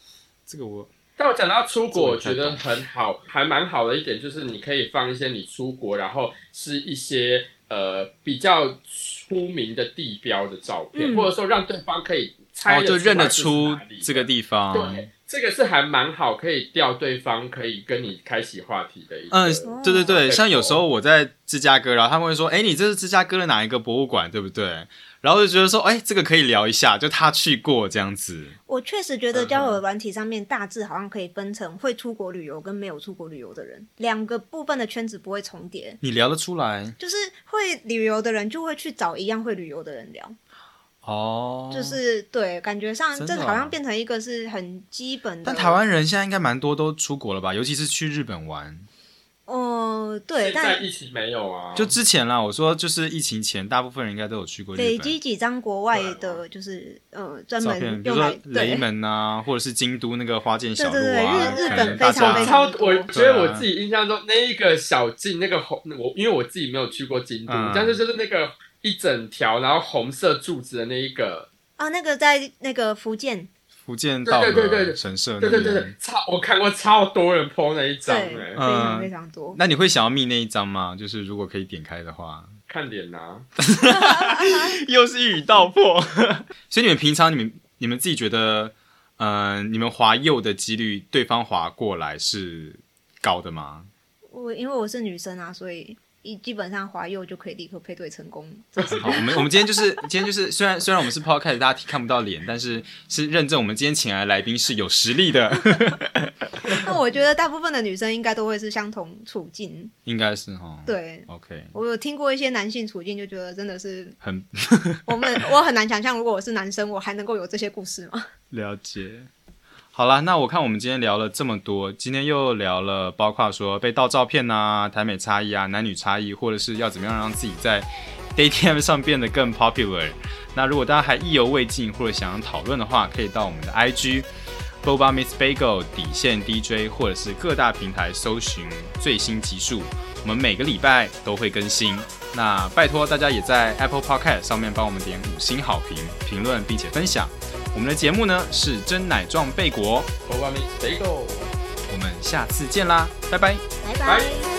A: 这个我
B: 但我讲到出国，我
A: 这
B: 觉
A: 个我太懂
B: 得很好，还蛮好的一点就是你可以放一些你出国，然后是一些呃比较出名的地标的照片，
C: 嗯
B: 或者说让对方可以猜
A: 哦，
B: 得
A: 就认得
B: 出
A: 出
B: 来这是哪里
A: 这个地方。
B: 对，这个是还蛮好，可以钓对方，可以跟你开启话题的一个。
A: 嗯，对对对，
B: 哦
A: 像有时候我在芝加哥，然后他们会说，哎，你这是芝加哥的哪一个博物馆，对不对？然后就觉得说，哎，这个可以聊一下，就他去过这样子。
C: 我确实觉得交友软体上面大致好像可以分成会出国旅游跟没有出国旅游的人，两个部分的圈子不会重叠。
A: 你聊得出来
C: 就是会旅游的人就会去找一样会旅游的人聊，
A: 哦，
C: 就是对，感觉上
A: 真的
C: 这
A: 哦
C: 好像变成一个是很基本的。
A: 但台，湾人现在应该蛮多都出国了吧，尤其是去日本玩。
C: 哦，对，
B: 现在
C: 但
B: 疫情没有啊，
A: 就之前啦，我说就是疫情前，大部分人应该都有去过日本。
C: 累积几张国外
B: 啊
C: 的，就是呃，专
A: 照
C: 门
A: 片，比如
C: 用
A: 说
C: 来
A: 雷
C: 对
A: 门啊，或者是京都那个花见小路
C: 对对
A: 啊，
C: 对日
A: 可
C: 日
A: 能
C: 本
A: 大
C: 非常
A: 家
C: 非常
B: 超，我觉得我
A: 对啊
B: 自己印象中那一个小径，那个红，我因为我自己没有去过京都，
A: 嗯
B: 但是就是那个一整条，然后红色柱子的那一个，
C: 啊，那个在那个福建，
A: 福建道
B: 对对对
A: 的
B: 对
A: 神社那
B: 对
A: 边。
B: 对对对，超我看过超多人 PO 那一张
C: 对，
B: 哎、
C: 非
A: 嗯
C: 常非常多。
A: 那你会想要密那一张吗？就是如果可以点开的话，
B: 看脸啊呐、
A: [laughs] 又是一语道破。 [laughs] 所以你们平常你们你们自己觉得，嗯、你们滑右的几率，对方滑过来是高的吗？
C: 我因为我是女生啊，所以一基本上滑右就可以立刻配对成功。 [laughs]
A: 好，我们我们今天就是今天就是，虽然虽然我们是 podcast，大家看不到脸，但是是认证我们今天请来的来宾是有实力的， [laughs]
C: 那我觉得大部分的女生应该都会是相同处境，
A: 应该是哈。
C: 对。
A: ，OK，
C: 我有听过一些男性处境，就觉得真的是
A: 很
C: 我们，我很难想象，如果我是男生，我还能够有这些故事吗？
A: 了解。好啦，那我看我们今天聊了这么多，今天又聊了啊包括说被盗照片呐、台美差异啊、男女差异，或者是要怎么样让自己在 dating app 上变得更 popular。那如果大家还意犹未尽或者想要讨论的话，可以到我们的 IG boba miss bagel 底线 DJ，或者是各大平台搜寻最新集数。我们每个礼拜都会更新。那拜托大家也在 Apple Podcast 上面帮我们点五星好评、评论并且分享。我们的节目呢是真奶壮贝果，哦
B: 我外面谁够？
A: 我们下次见啦，拜拜。
C: 拜
B: 拜
C: 拜。